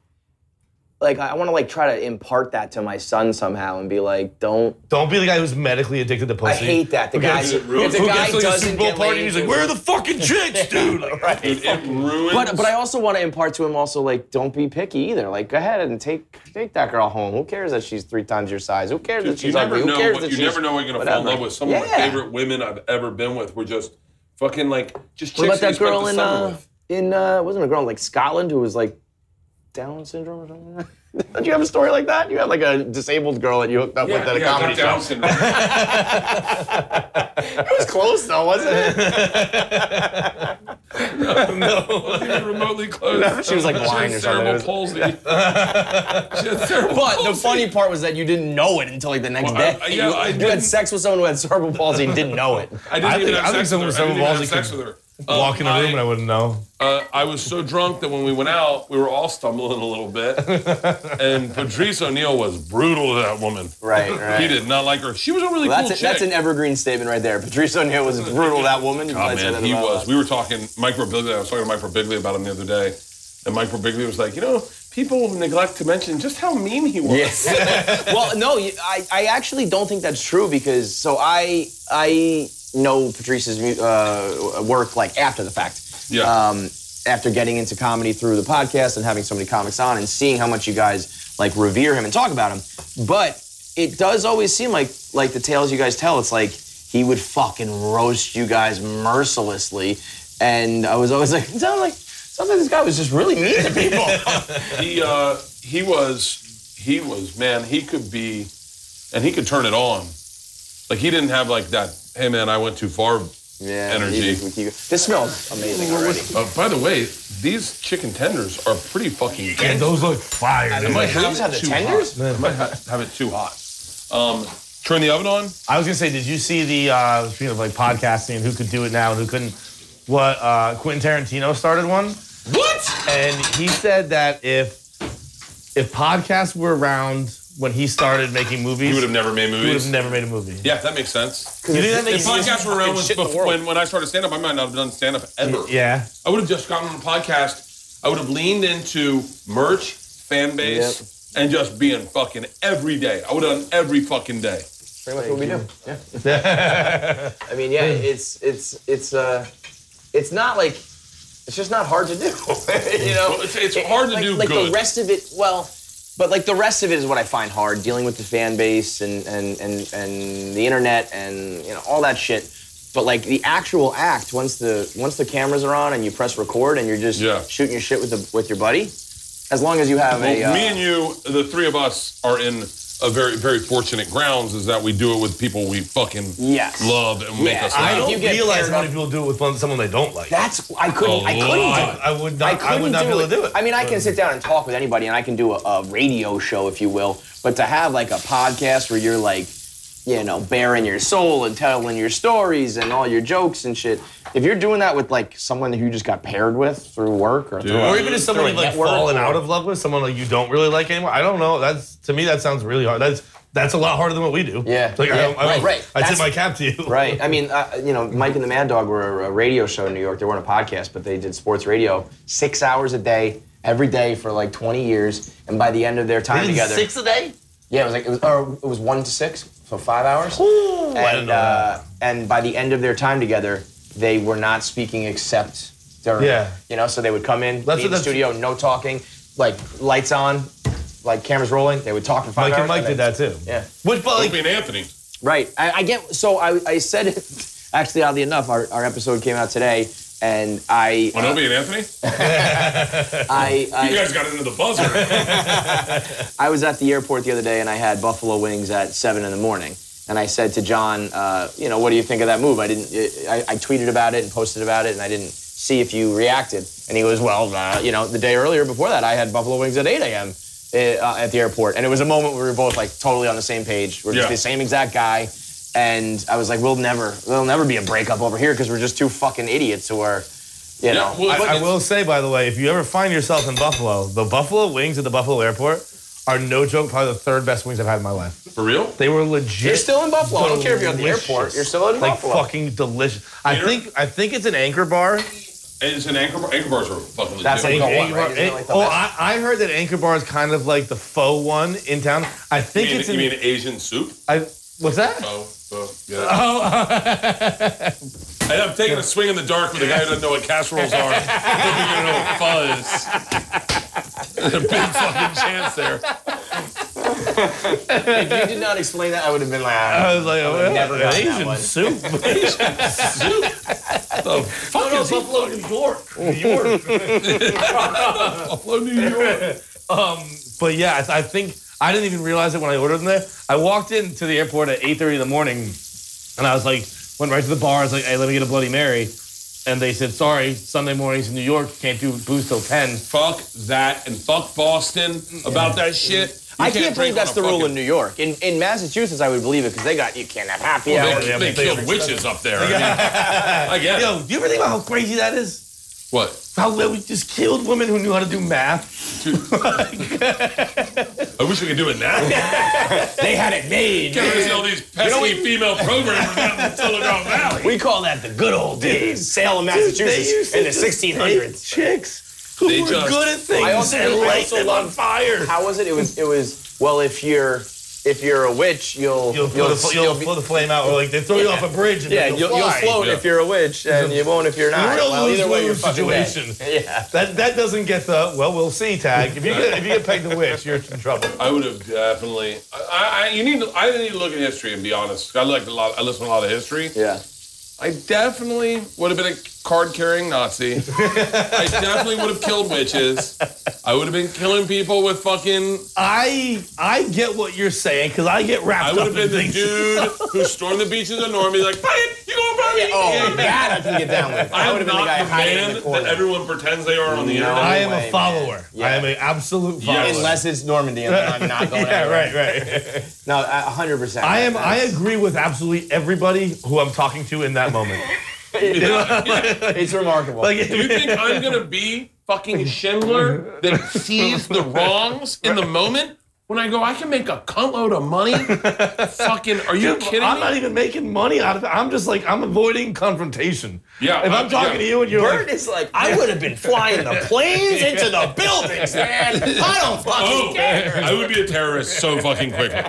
Speaker 5: like I want to like try to impart that to my son somehow and be like, don't.
Speaker 4: Don't be the guy who's medically addicted to pussy.
Speaker 5: I hate that the
Speaker 4: Who
Speaker 5: guy.
Speaker 4: gets-
Speaker 5: If the
Speaker 4: who
Speaker 5: guy
Speaker 4: gets, like, a
Speaker 5: doesn't
Speaker 4: Super Bowl
Speaker 5: get
Speaker 4: party,
Speaker 5: laid,
Speaker 4: he's like, where are the fucking chicks, dude? Like,
Speaker 3: Dude, it ruins.
Speaker 5: But but I also want to impart to him also like, don't be picky either. Like, go ahead and take take that girl home. Who cares that she's three times your size? Who cares that
Speaker 3: you
Speaker 5: she's
Speaker 3: never
Speaker 5: ugly? Who
Speaker 3: know.
Speaker 5: cares
Speaker 3: What,
Speaker 5: that
Speaker 3: you
Speaker 5: she's
Speaker 3: never know when you're gonna fall in
Speaker 5: whatever.
Speaker 3: love with. Some of my
Speaker 5: Yeah.
Speaker 3: favorite women I've ever been with were just fucking like just.
Speaker 5: What
Speaker 3: chicks
Speaker 5: about
Speaker 3: you
Speaker 5: that
Speaker 3: spent
Speaker 5: girl
Speaker 3: the
Speaker 5: in
Speaker 3: summer
Speaker 5: uh
Speaker 3: with.
Speaker 5: in uh wasn't it a girl in like Scotland who was like Down syndrome or something? like that? Don't you have a story like that? You had like a disabled girl that you hooked up with at a
Speaker 3: Yeah,
Speaker 5: comedy
Speaker 3: Down
Speaker 5: show.
Speaker 3: syndrome.
Speaker 5: It was close though, wasn't it?
Speaker 3: wasn't even remotely close.
Speaker 5: She was, like, blind
Speaker 3: She had
Speaker 5: or something.
Speaker 3: cerebral palsy. She had cerebral
Speaker 5: But the
Speaker 3: palsy.
Speaker 5: funny part was that you didn't know it until like the next
Speaker 3: Oh, Well, I-
Speaker 5: day.
Speaker 3: I- yeah,
Speaker 5: you,
Speaker 3: I
Speaker 5: you
Speaker 3: didn't-
Speaker 5: had sex with someone who had cerebral palsy and didn't know it.
Speaker 3: I didn't
Speaker 4: I
Speaker 3: even
Speaker 4: think-
Speaker 3: have
Speaker 4: I think
Speaker 3: sex
Speaker 4: someone
Speaker 3: with
Speaker 4: with
Speaker 3: her. I didn't even
Speaker 4: cerebral
Speaker 3: have
Speaker 4: palsy
Speaker 3: sex
Speaker 4: could
Speaker 3: with her.
Speaker 4: Walk in a room and I wouldn't know.
Speaker 3: Uh, I was so drunk that when we went out, we were all stumbling a little bit. and Patrice O'Neill was brutal to that woman.
Speaker 5: Right, right.
Speaker 3: He did not like her. She was a really
Speaker 5: That's,
Speaker 3: cool
Speaker 5: a,
Speaker 3: chick.
Speaker 5: that's an evergreen statement right there. Patrice O'Neill was brutal. That woman. You
Speaker 3: Oh
Speaker 5: might say
Speaker 3: man,
Speaker 5: that
Speaker 3: he
Speaker 5: about
Speaker 3: was.
Speaker 5: us.
Speaker 3: We were talking Mike Bigley. I was talking to Mike Bigley about him the other day, and Mike Bigley was like, you know, people neglect to mention just how mean he was.
Speaker 5: Yes. well, no, you- I, I actually don't think that's true because so I I know Patrice's mu- uh, work like after the fact.
Speaker 3: Yeah.
Speaker 5: Um, after getting into comedy through the podcast and having so many comics on and seeing how much you guys like revere him and talk about him, but it does always seem like like the tales you guys tell. It's like he would fucking roast you guys mercilessly, and I was always like, sounds like sounds like this guy was just really mean to people.
Speaker 3: he uh, he was he was man he could be and he could turn it on like he didn't have like that hey man i went too far Uh,
Speaker 5: yeah.
Speaker 3: Energy.
Speaker 5: he just- he- this smells amazing already.
Speaker 3: uh, by the way these chicken tenders are pretty fucking good
Speaker 4: And those look fire. dude.
Speaker 3: i might
Speaker 5: Do you
Speaker 3: have,
Speaker 5: just have
Speaker 3: it
Speaker 5: the
Speaker 3: too
Speaker 5: tenders?
Speaker 3: hot i might ha- have it too hot um, turn the oven on
Speaker 4: I was gonna say, did you see the uh, speaking of like podcasting and who could do it now and who couldn't? What uh, Quentin Tarantino started one,
Speaker 3: what
Speaker 4: and he said that if if podcasts were around when he started making movies,
Speaker 3: he would have never made
Speaker 4: he would
Speaker 3: movies
Speaker 4: have never made a movie.
Speaker 3: yeah that makes sense
Speaker 4: You think
Speaker 3: if
Speaker 4: that makes
Speaker 3: podcasts were around when,
Speaker 5: shit in the
Speaker 3: bef-
Speaker 5: world.
Speaker 3: when, when i started stand-up i might not have done stand-up ever
Speaker 4: Yeah,
Speaker 3: I would have just gotten on a podcast. I would have leaned into merch, fan base, and just being fucking every day. I would have done every fucking day.
Speaker 5: pretty much what we do. Yeah. I mean, yeah, it's it's it's uh, it's not like it's just not hard to do. you know,
Speaker 3: Well, it's- it's hard to
Speaker 5: like,
Speaker 3: do
Speaker 5: Like
Speaker 3: good.
Speaker 5: the rest of it, well, but like the rest of it is what I find hard dealing with the fan base and and and and the internet and you know all that shit. But like the actual act, once the once the cameras are on and you press record and you're just
Speaker 3: Yeah.
Speaker 5: shooting your shit with the with your buddy, as long as you have
Speaker 3: Well,
Speaker 5: a uh,
Speaker 3: me and you, the three of us, are in a very, very fortunate grounds is that we do it with people we fucking
Speaker 5: Yes.
Speaker 3: love and make
Speaker 5: Yeah,
Speaker 3: us
Speaker 5: I
Speaker 3: laugh.
Speaker 4: I
Speaker 5: If
Speaker 4: don't
Speaker 5: you get
Speaker 4: realize
Speaker 5: paired
Speaker 4: how
Speaker 5: up-
Speaker 4: many people do it with one- someone they don't like.
Speaker 5: That's I couldn't I couldn't do
Speaker 3: Oh,
Speaker 5: it.
Speaker 4: I would not.
Speaker 5: I
Speaker 4: I,
Speaker 5: couldn't
Speaker 4: would not
Speaker 5: do
Speaker 4: be able
Speaker 5: it.
Speaker 4: to do it.
Speaker 5: I mean, I can sit down and talk with anybody, and I can do a, a radio show, if you will. But to have like a podcast where you're like, you know, bearing your soul and telling your stories and all your jokes and shit. If you're doing that with like someone who you just got paired with through work or through,
Speaker 4: or even if somebody
Speaker 5: a
Speaker 4: like
Speaker 5: network
Speaker 4: fallen
Speaker 5: or-
Speaker 4: out of love with someone like you don't really like anymore. I don't know. That's to me that sounds really hard. That's That's a lot harder than what we do.
Speaker 5: Yeah.
Speaker 4: It's like, I
Speaker 5: Yeah.
Speaker 4: don't, I don't,
Speaker 5: Right.
Speaker 4: I
Speaker 5: That's-
Speaker 4: tip my cap to you.
Speaker 5: Right. I mean, uh, you know, Mike and the Mad Dog were a radio show in New York. They weren't a podcast, but they did sports radio six hours a day, every day for like 20 years. And by the end of their time
Speaker 4: Even
Speaker 5: together,
Speaker 4: Six a day?
Speaker 5: yeah, it was like it was, or it was one to six, so five hours.
Speaker 4: Ooh, I don't
Speaker 5: and
Speaker 4: know.
Speaker 5: uh, and by the end of their time together, they were not speaking except during.
Speaker 4: Yeah.
Speaker 5: You know, so they would come in,
Speaker 4: That's
Speaker 5: be in the
Speaker 4: what that's-
Speaker 5: studio, no talking, like lights on, like cameras rolling. They would talk for five
Speaker 4: Mike and
Speaker 5: hours.
Speaker 4: Mike
Speaker 5: then-
Speaker 4: did that too.
Speaker 5: Yeah.
Speaker 4: Which, but like,
Speaker 3: Opie and Anthony.
Speaker 5: Right. I, I get. So I, I said it. Actually, oddly enough, our, our episode came out today, and I
Speaker 3: On Opie and Anthony?
Speaker 5: I
Speaker 3: You
Speaker 5: I,
Speaker 3: guys got into the buzzer.
Speaker 5: I was at the airport the other day, and I had buffalo wings at seven in the morning. And I said to John, uh, you know, what do you think of that move? I didn't. I, I tweeted about it and posted about it, and I didn't see if you reacted. And he goes, well, uh, you know, the day earlier before that, I had buffalo wings at eight a.m. Uh, at the airport, and it was a moment where we were both like totally on the same page. We're just
Speaker 3: Yeah.
Speaker 5: the same exact guy. And I was like, we'll never, there'll never be a breakup over here because we're just two fucking idiots who are, you know.
Speaker 3: Well, but
Speaker 4: I, I will say, by the way, if you ever find yourself in Buffalo, the Buffalo wings at the Buffalo airport are no joke, probably the third best wings I've had in my life.
Speaker 3: For real?
Speaker 4: They were legit.
Speaker 5: You're still in Buffalo. I don't care if you're at the
Speaker 4: delicious.
Speaker 5: airport. You're still in
Speaker 4: like
Speaker 5: Buffalo.
Speaker 4: fucking delicious. I
Speaker 3: Peter?
Speaker 4: think I think it's an anchor bar.
Speaker 3: It's an anchor bar. Anchor bars are fucking
Speaker 5: That's
Speaker 3: legit.
Speaker 5: like-
Speaker 4: Anchor
Speaker 5: one, right?
Speaker 4: bar-
Speaker 5: Isn't it like the
Speaker 4: oh, I,
Speaker 5: best?
Speaker 4: I heard that anchor bar is kind of like the faux one in town. I
Speaker 3: You
Speaker 4: think
Speaker 3: mean,
Speaker 4: it's
Speaker 3: you
Speaker 4: in.
Speaker 3: mean Asian soup?
Speaker 4: I, what's that?
Speaker 3: Oh, oh, yeah. Oh. and I'm taking a swing in the dark with a guy who doesn't know what casseroles are. Hoping you know what fuzz. There's a big fucking chance there.
Speaker 5: If you did not explain that, I would have been like, ah.
Speaker 4: I was like, oh, yeah,
Speaker 5: never gotten that
Speaker 4: Asian
Speaker 5: one.
Speaker 4: soup. Asian soup. The fuck is he- Oh.
Speaker 3: Buffalo, New York. Buffalo, New York.
Speaker 4: But yeah, I, th- I think I didn't even realize it when I ordered them there. I walked into the airport at 8:30 in the morning, and I was like, went right to the bar. I was like, hey, let me get a Bloody Mary, and they said, sorry, Sunday mornings in New York can't do booze till 10.
Speaker 3: Fuck that and fuck Boston about that shit. You
Speaker 5: I can't, believe
Speaker 3: drink
Speaker 5: that's
Speaker 3: on
Speaker 5: the
Speaker 3: a
Speaker 5: rule
Speaker 3: fucking-
Speaker 5: in New York. In in Massachusetts, I would believe it because they got you can't have happy hour.
Speaker 3: Well, They,
Speaker 4: Yeah,
Speaker 3: they
Speaker 4: but they-
Speaker 3: killed witches up there. I, mean, I get it.
Speaker 4: Yo, do you ever think about how crazy that is?
Speaker 3: What?
Speaker 4: How we just killed women who knew how to do math.
Speaker 3: I wish we could do it now.
Speaker 5: They had it made.
Speaker 3: Get rid of all these pesky female programmers out in Silicon Valley.
Speaker 5: We call that the good old days, Salem, Massachusetts, in the 1600s.
Speaker 4: Chicks who
Speaker 3: They
Speaker 4: were
Speaker 3: just-
Speaker 4: good at things
Speaker 5: I also-
Speaker 4: and
Speaker 5: I
Speaker 4: light
Speaker 5: also
Speaker 4: them on fire.
Speaker 5: How was it? It was it was well. If you're if you're a witch, you'll
Speaker 4: You'll, blow the, you'll,
Speaker 5: be-
Speaker 4: blow the flame out, or like they throw you off a bridge. And
Speaker 5: yeah,
Speaker 4: then
Speaker 5: you'll, you'll
Speaker 4: fly.
Speaker 5: float if you're a witch, and you won't if you're not.
Speaker 4: Real
Speaker 5: well, either way, you're
Speaker 4: lose-lose
Speaker 5: fucking dead.
Speaker 4: situation.
Speaker 5: Yeah.
Speaker 4: That that doesn't get the well. We'll see tag. If you get, if you get pegged a witch, you're in trouble.
Speaker 3: I would have definitely. I, I you need. To, I need to look at history and be honest. I like a lot. I listen to a lot of history.
Speaker 5: Yeah.
Speaker 3: I definitely would have been a card-carrying Nazi. I definitely would have killed witches. I would have been killing people with fucking.
Speaker 4: I I get what you're saying because I get
Speaker 3: I
Speaker 4: wrapped
Speaker 3: would
Speaker 4: up
Speaker 3: have
Speaker 4: in
Speaker 3: been the
Speaker 4: things.
Speaker 3: dude who stormed the beaches of Normandy. Like, Brian, you going, Brian?
Speaker 5: Oh, that I can get down with. I
Speaker 3: I'm
Speaker 5: would have been
Speaker 3: not
Speaker 5: the guy hiding in
Speaker 3: man
Speaker 5: the
Speaker 3: that
Speaker 5: corner.
Speaker 3: everyone pretends they are on the
Speaker 5: No.
Speaker 3: internet.
Speaker 4: I am
Speaker 5: way,
Speaker 4: a
Speaker 5: man.
Speaker 4: follow-er. I
Speaker 5: Yeah.
Speaker 4: am an absolute follower.
Speaker 3: Yes.
Speaker 5: Unless it's Normandy, and then I'm not going
Speaker 4: yeah,
Speaker 5: anywhere.
Speaker 4: right, right.
Speaker 5: No, a hundred percent.
Speaker 4: I am. I agree with absolutely everybody who I'm talking to in that moment.
Speaker 5: It's remarkable.
Speaker 4: Like,
Speaker 3: You think I'm gonna be fucking Schindler that sees the wrongs in the moment when I go, I can make a cuntload of money? fucking, are you kidding
Speaker 4: I'm
Speaker 3: me?
Speaker 4: not even making money out of it. I'm just like I'm avoiding confrontation.
Speaker 3: Yeah,
Speaker 4: If I'm
Speaker 3: uh,
Speaker 4: talking
Speaker 3: yeah.
Speaker 4: to you and you're
Speaker 5: Bert
Speaker 4: like,
Speaker 5: is like, I would have been flying the planes into the buildings, man. I don't fucking
Speaker 3: Oh,
Speaker 5: care.
Speaker 3: I would be a terrorist so fucking quickly.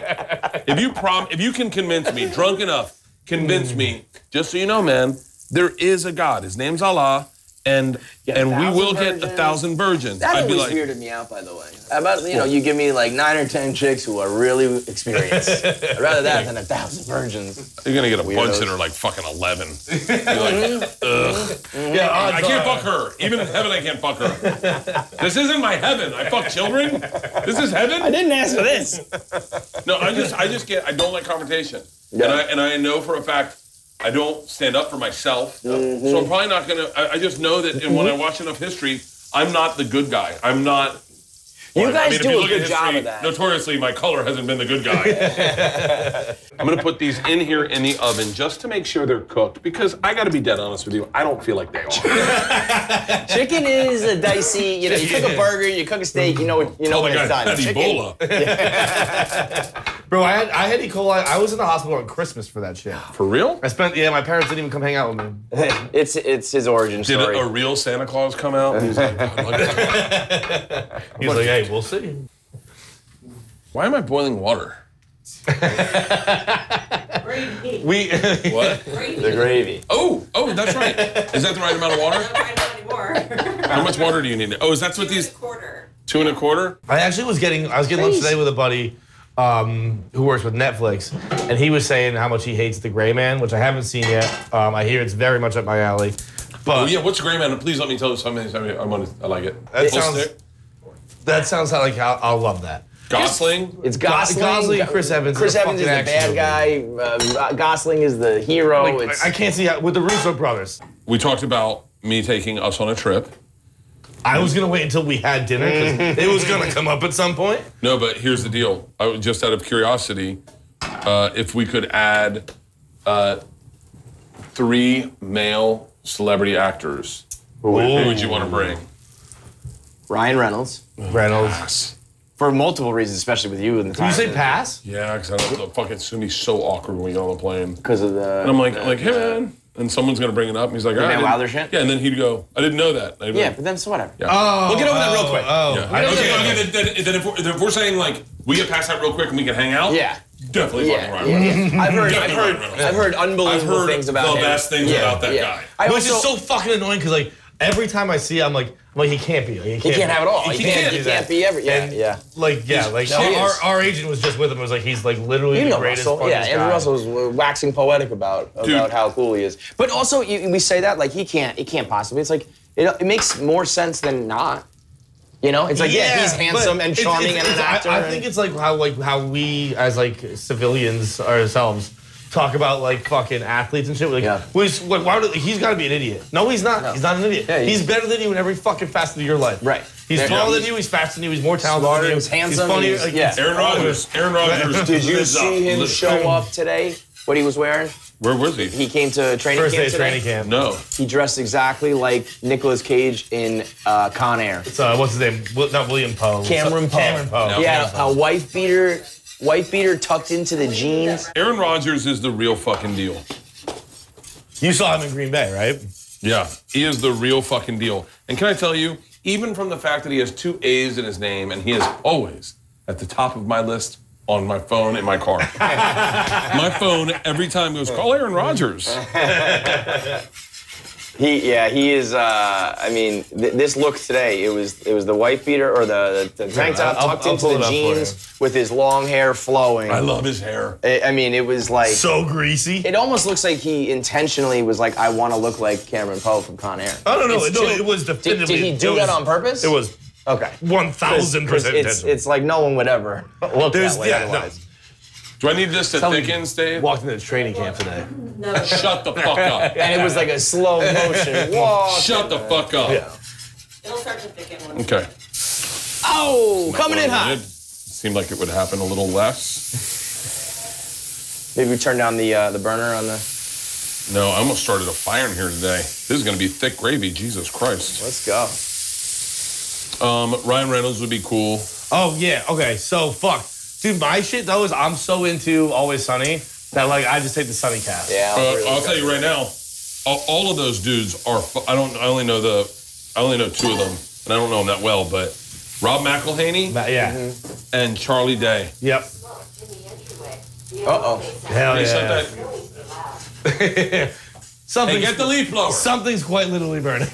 Speaker 3: If you prom, if you can convince me, drunk enough, convince me. Just so you know, man, there is a God. His name's Allah, and and we
Speaker 5: thousand
Speaker 3: will get a
Speaker 5: virgins.
Speaker 3: thousand virgins.
Speaker 5: That
Speaker 3: I'd be
Speaker 5: always
Speaker 3: like,
Speaker 5: weirded me out, by the way. About you know, you give me like nine or ten chicks who are really experienced. I'd rather that than a thousand virgins.
Speaker 3: you're gonna get a bunch
Speaker 5: Weirdos.
Speaker 3: that are like fucking eleven. You're like, ugh.
Speaker 4: yeah, odds
Speaker 3: I can't
Speaker 4: are.
Speaker 3: fuck her. Even in heaven, I can't fuck her. this isn't my heaven. I fuck children. This is heaven.
Speaker 5: didn't ask for this.
Speaker 3: No, I just, I just get. I don't like confrontation. And I, and I know for a fact, I don't stand up for myself.
Speaker 4: Mm-hmm.
Speaker 3: So I'm probably not gonna. I, I just know that and when I watch enough history, I'm not the good guy. I'm not.
Speaker 5: You guys
Speaker 3: if
Speaker 5: do
Speaker 3: you
Speaker 5: a
Speaker 3: look at
Speaker 5: good job
Speaker 3: history,
Speaker 5: of that.
Speaker 3: Notoriously, my color hasn't been the good guy. I'm gonna put these in here in the oven just to make sure they're cooked because I gotta be dead honest with you, I don't feel like they are.
Speaker 5: Chicken is a dicey. You know, you cook a burger, you cook a steak, you know what you know
Speaker 3: oh
Speaker 5: when
Speaker 3: my
Speaker 5: it's
Speaker 3: god,
Speaker 5: done.
Speaker 3: that's
Speaker 5: Chicken-
Speaker 3: Ebola.
Speaker 4: Bro, I had I had E. coli. I was in the hospital on Christmas for that shit.
Speaker 3: For real?
Speaker 4: I spent yeah. My parents didn't even come hang out with me.
Speaker 5: It's it's his origin
Speaker 3: Did
Speaker 5: story.
Speaker 3: a, a real Santa Claus come out? He's like, "Oh, "God, look at that."
Speaker 4: He was like, hey, we'll see.
Speaker 3: Why am I boiling water?
Speaker 7: Gravy.
Speaker 4: We
Speaker 3: What?
Speaker 5: the gravy.
Speaker 3: Oh, oh, that's right. Is that the right amount of water? How much water do you need? Oh, is that's what these
Speaker 7: Quarter.
Speaker 3: two and a quarter?
Speaker 4: I actually was getting I was getting lunch today with a buddy um, who works with Netflix, and he was saying how much he hates The Gray Man, which I haven't seen yet. Um, I hear it's very much up my alley, but
Speaker 3: Oh yeah, what's Gray Man? Please let me tell you something. something- I'm on. I like it.
Speaker 4: That
Speaker 3: Full
Speaker 4: sounds-
Speaker 3: stick.
Speaker 4: that sounds like I'll, I'll love that.
Speaker 3: Gosling.
Speaker 5: It's Gosling.
Speaker 4: Gosling and Chris Evans are
Speaker 5: Chris
Speaker 4: the
Speaker 5: Evans is the bad
Speaker 4: fucking
Speaker 5: guy. Uh, Gosling is the hero.
Speaker 4: Like,
Speaker 5: it's,
Speaker 4: I, I can't see how, with the Russo brothers.
Speaker 3: We talked about me taking us on a trip.
Speaker 4: I was gonna wait until we had dinner because it was gonna come up at some point.
Speaker 3: No, but here's the deal. I was just out of curiosity, uh, if we could add uh, three male celebrity actors, who would you want to bring?
Speaker 5: Ryan Reynolds.
Speaker 4: Reynolds.
Speaker 5: For multiple reasons, especially with you in the
Speaker 4: Did
Speaker 5: time.
Speaker 4: you say pass?
Speaker 3: Yeah, because I don't know. Fucking, it's gonna be so awkward when we get on the plane.
Speaker 5: Because of the.
Speaker 3: And I'm like, like, hey man. And someone's gonna bring it up, and he's like, "Ah, I
Speaker 5: Van
Speaker 3: didn't-"
Speaker 5: Wilder shit?
Speaker 3: Yeah, and then he'd go, I didn't know that. I'd be
Speaker 5: Yeah,
Speaker 3: like,
Speaker 5: but then so whatever.
Speaker 4: Oh,
Speaker 3: We'll get over that real
Speaker 4: oh,
Speaker 3: quick.
Speaker 4: Oh,
Speaker 3: Yeah.
Speaker 4: I don't
Speaker 3: okay,
Speaker 4: know.
Speaker 3: okay, then, then, then if we're, then if we're saying like we get past that real quick and we can hang out,
Speaker 5: Yeah.
Speaker 3: definitely fucking
Speaker 5: Yeah,
Speaker 3: Ryan
Speaker 5: yeah,
Speaker 3: Reynolds.
Speaker 5: yeah. I've heard, I've
Speaker 3: Definitely
Speaker 5: heard,
Speaker 3: Ryan Reynolds.
Speaker 5: I've heard
Speaker 3: I've
Speaker 5: unbelievable
Speaker 3: heard
Speaker 5: things about
Speaker 3: the
Speaker 5: him.
Speaker 3: best things
Speaker 5: Yeah,
Speaker 3: about that
Speaker 5: yeah.
Speaker 3: guy.
Speaker 5: I
Speaker 4: Which is
Speaker 5: also-
Speaker 4: so fucking annoying because like every time I see, it, I'm like, I'm like he can't be. Like,
Speaker 5: He can't have it all.
Speaker 4: He,
Speaker 5: He
Speaker 4: can't,
Speaker 5: can't-
Speaker 4: do
Speaker 5: he
Speaker 4: that.
Speaker 5: can't be every- yeah,
Speaker 4: And,
Speaker 5: yeah.
Speaker 4: Like yeah, like
Speaker 5: no, he
Speaker 4: our,
Speaker 5: is.
Speaker 4: our agent was just with him. It was like he's like literally
Speaker 5: You
Speaker 4: the
Speaker 5: know
Speaker 4: greatest.
Speaker 5: Russell,
Speaker 4: fucking
Speaker 5: yeah. Andrew
Speaker 4: guy.
Speaker 5: Russell was waxing poetic about about how cool he is, but also you, we say that like he can't, it can't possibly. It's like it, it makes more sense than not. You know, it's like yeah, he's
Speaker 4: but
Speaker 5: handsome and
Speaker 4: it's-
Speaker 5: charming
Speaker 4: it's-
Speaker 5: and an
Speaker 4: it's- I-
Speaker 5: actor.
Speaker 4: I,
Speaker 5: and-
Speaker 4: think it's like how like how we as like civilians ourselves talk about like fucking athletes and shit. Like,
Speaker 5: Yeah.
Speaker 4: we just- like why would, he's got to be an idiot? No, he's not. He's not an idiot.
Speaker 5: Yeah, he-
Speaker 4: he's better than you in every fucking facet of your life.
Speaker 5: Right.
Speaker 4: He's
Speaker 5: Yeah.
Speaker 4: taller than you. He's faster than you. He's more talented
Speaker 5: Smarter,
Speaker 4: than you.
Speaker 5: he's handsome,
Speaker 4: funnier.
Speaker 5: he's-
Speaker 4: like,
Speaker 5: yeah.
Speaker 3: Aaron Rodgers. Aaron Rodgers.
Speaker 5: Did you
Speaker 3: lives
Speaker 5: see
Speaker 3: up.
Speaker 5: him
Speaker 3: Lives-
Speaker 5: show up today? What he was wearing?
Speaker 3: Where was
Speaker 5: He
Speaker 3: he?
Speaker 5: came to training
Speaker 4: First day
Speaker 5: camp
Speaker 4: of
Speaker 5: today.
Speaker 4: training camp.
Speaker 3: No.
Speaker 5: He dressed exactly like Nicolas Cage in uh, Con Air.
Speaker 4: So what's his name? Wi- Not William Poe.
Speaker 5: Cameron Poe.
Speaker 4: Cameron Poe.
Speaker 5: He had a, a wife beater, wife beater tucked into the jeans.
Speaker 3: Aaron Rodgers is the real fucking deal.
Speaker 4: You saw him in Green Bay, right?
Speaker 3: Yeah, he is the real fucking deal. And can I tell you, even from the fact that he has two A's in his name, and he is always at the top of my list on my phone in my car. my phone every time goes, call Aaron Rodgers.
Speaker 5: He, yeah, he is. Uh, I mean, th- this look today, it was it was the wife beater or the, the tank top
Speaker 4: I'll-
Speaker 5: tucked
Speaker 4: I'll
Speaker 5: into
Speaker 4: pull
Speaker 5: the
Speaker 4: it up for you.
Speaker 5: jeans with his long hair flowing.
Speaker 3: I
Speaker 5: I,
Speaker 3: love his hair.
Speaker 5: I mean, it was like
Speaker 4: So greasy.
Speaker 5: it almost looks like he intentionally was like, I want to look like Cameron Poe from Con Air.
Speaker 4: I don't know.
Speaker 5: It's
Speaker 4: no,
Speaker 5: too-
Speaker 4: it was
Speaker 5: Did-
Speaker 4: definitively.
Speaker 5: Did, he do
Speaker 4: it was-
Speaker 5: that on purpose?
Speaker 4: It was
Speaker 5: okay.
Speaker 4: one thousand
Speaker 5: 'Cause
Speaker 4: percent
Speaker 5: It's,
Speaker 4: intentional.
Speaker 5: it's like no one would ever look
Speaker 4: There's-
Speaker 5: that way
Speaker 4: yeah, no.
Speaker 5: otherwise.
Speaker 3: Do I need this to
Speaker 4: Somebody
Speaker 3: thicken, Dave?
Speaker 4: Walked into the training camp today.
Speaker 7: No, that's
Speaker 3: Shut the fuck up.
Speaker 5: And it was like a slow motion walk.
Speaker 3: Shut the fuck up.
Speaker 7: It'll start to thicken once.
Speaker 3: Okay.
Speaker 5: Oh, coming in
Speaker 3: Well,
Speaker 5: hot.
Speaker 3: It seemed like it would happen a little less.
Speaker 5: Maybe we turn down the uh, the burner on the.
Speaker 3: No, I almost started a fire in here today. This is going to be thick gravy. Jesus Christ.
Speaker 5: Let's go.
Speaker 3: Um, Ryan Reynolds would be cool.
Speaker 4: Oh yeah. Okay. So fuck, dude. My shit though is I'm so into Always Sunny that like I just take the Sunny cast.
Speaker 5: Yeah.
Speaker 3: Uh,
Speaker 5: Oh, really
Speaker 3: I'll
Speaker 5: go.
Speaker 3: tell you right now, all, all of those dudes are. Fu- I don't. I only know the. I only know two of them, and I don't know them that well. But Rob McElhaney
Speaker 4: That- yeah.
Speaker 5: Mm-hmm.
Speaker 3: and Charlie Day.
Speaker 4: Yep.
Speaker 5: Uh oh.
Speaker 4: Hell
Speaker 3: They
Speaker 4: yeah.
Speaker 3: said that-
Speaker 4: Something's,
Speaker 3: Hey, get the leaf blower.
Speaker 4: something's quite literally burning.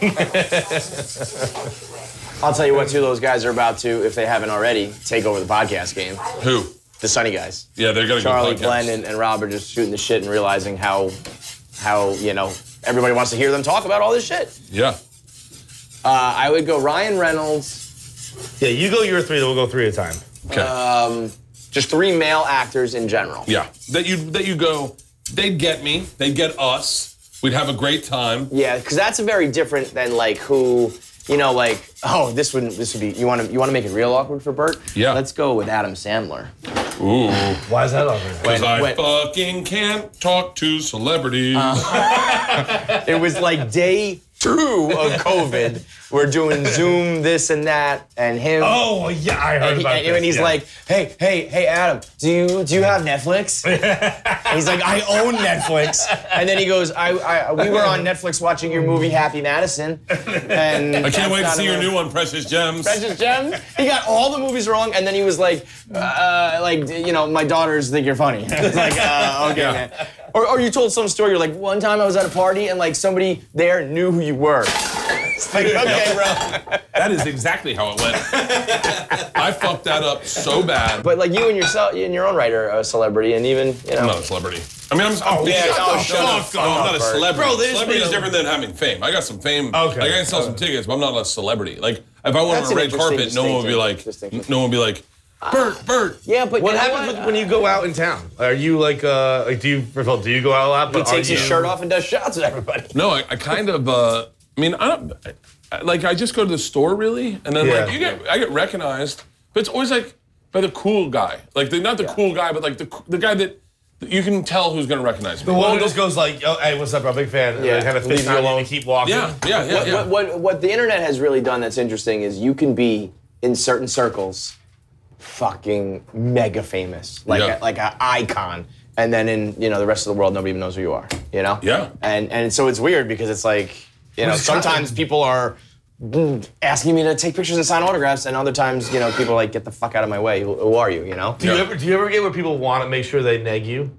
Speaker 5: I'll tell you what, two of those guys are about to, if they haven't already, take over the podcast game.
Speaker 3: Who?
Speaker 5: The Sunny guys,
Speaker 3: Yeah, they're gonna
Speaker 5: Charlie,
Speaker 3: go. podcast.
Speaker 5: Glenn, and, and Rob are just shooting the shit and realizing how, how you know everybody wants to hear them talk about all this shit.
Speaker 3: Yeah.
Speaker 5: Uh, I would go Ryan Reynolds,
Speaker 4: yeah. You go your three. Then we'll go three at a time.
Speaker 3: Okay.
Speaker 5: Uh, just three male actors in general.
Speaker 3: Yeah. That you that you go, they'd get me, they'd get us, we'd have a great time.
Speaker 5: Yeah, because that's very different than like who you know, like, oh, this wouldn't, this would be, you want to, you want to make it real awkward for Bert?
Speaker 3: Yeah.
Speaker 5: Let's go with Adam Sandler.
Speaker 4: Why is that awkward?
Speaker 5: When-
Speaker 3: Because I
Speaker 5: when- Uh,
Speaker 3: fucking can't talk to celebrities.
Speaker 5: it was like day two of COVID. We're doing Zoom, this and that, and him.
Speaker 4: Oh yeah, I heard
Speaker 5: And, he-
Speaker 4: about
Speaker 5: and
Speaker 4: this,
Speaker 5: he's
Speaker 4: yeah.
Speaker 5: like, "Hey, hey, hey, Adam, do you do you have Netflix?" and he's like, "I own Netflix." And then he goes, "I, I we were on Netflix watching your movie Happy Madison." And
Speaker 3: I can't wait to
Speaker 5: that's
Speaker 3: see
Speaker 5: not
Speaker 3: your
Speaker 5: a-
Speaker 3: new one, Precious Gems.
Speaker 5: Precious Gems. He got all the movies wrong, and then he was like, uh, like you know, my daughters think you're funny. It's like, uh, okay, man. Or, or you told some story. You're like, one time I was at a party and like somebody there knew who you were. It's like, okay, bro.
Speaker 3: That is exactly how it went. I fucked that up so bad.
Speaker 5: But like you and yourself, you and your own right are a celebrity, and even you know.
Speaker 3: I'm not a celebrity. I mean, I'm. Oh,
Speaker 5: yeah, oh,
Speaker 3: shut
Speaker 5: shut
Speaker 3: up.
Speaker 5: up,
Speaker 3: No, I'm not a
Speaker 5: Bert.
Speaker 3: celebrity.
Speaker 1: Bro, there's
Speaker 3: celebrity
Speaker 1: been
Speaker 3: is
Speaker 1: a-
Speaker 3: different than having fame. I got some fame.
Speaker 1: Okay.
Speaker 3: Like I can sell some tickets, but I'm not a celebrity. Like if I went
Speaker 5: Uh, That's
Speaker 3: on a
Speaker 5: an
Speaker 3: red carpet, no
Speaker 5: interesting Ah,
Speaker 3: one would be like,
Speaker 5: distinction.
Speaker 3: no one would be like, Bert, Bert.
Speaker 5: Yeah, but
Speaker 4: What
Speaker 5: you know
Speaker 4: happens with- when you go out in town? Are you like, uh, like do you first of all do you go out a lot?
Speaker 5: He
Speaker 4: But
Speaker 5: takes
Speaker 4: are
Speaker 5: his
Speaker 4: you-
Speaker 5: shirt off and does shots at everybody.
Speaker 3: No, I, I kind of. Uh, I mean, I don't. I, like, I just go to the store really, and then
Speaker 4: Yeah.
Speaker 3: like you get, I get recognized, but it's always like by the cool guy. Like, the, not the cool guy, but like the the guy that that you can tell who's gonna recognize me.
Speaker 4: The one who just goes like, oh, "Hey, what's up, bro? Big fan." And
Speaker 5: Yeah.
Speaker 4: they kind of
Speaker 5: Leave
Speaker 4: fist
Speaker 5: you
Speaker 4: you alone
Speaker 5: alone.
Speaker 4: and keep walking.
Speaker 3: yeah, yeah, yeah. yeah.
Speaker 5: What, what what the internet has really done that's interesting is you can be in certain circles fucking mega famous like
Speaker 3: Yeah.
Speaker 5: a, like an icon and then in you know the rest of the world nobody even knows who you are you know
Speaker 3: Yeah.
Speaker 5: and and so it's weird because it's like you know
Speaker 4: it's kind of-
Speaker 5: sometimes people are mm, asking me to take pictures and sign autographs and other times you know people are like get the fuck out of my way who, who are you you know
Speaker 4: Do you
Speaker 3: Yeah.
Speaker 4: ever do you ever get where people want to make sure they neg you?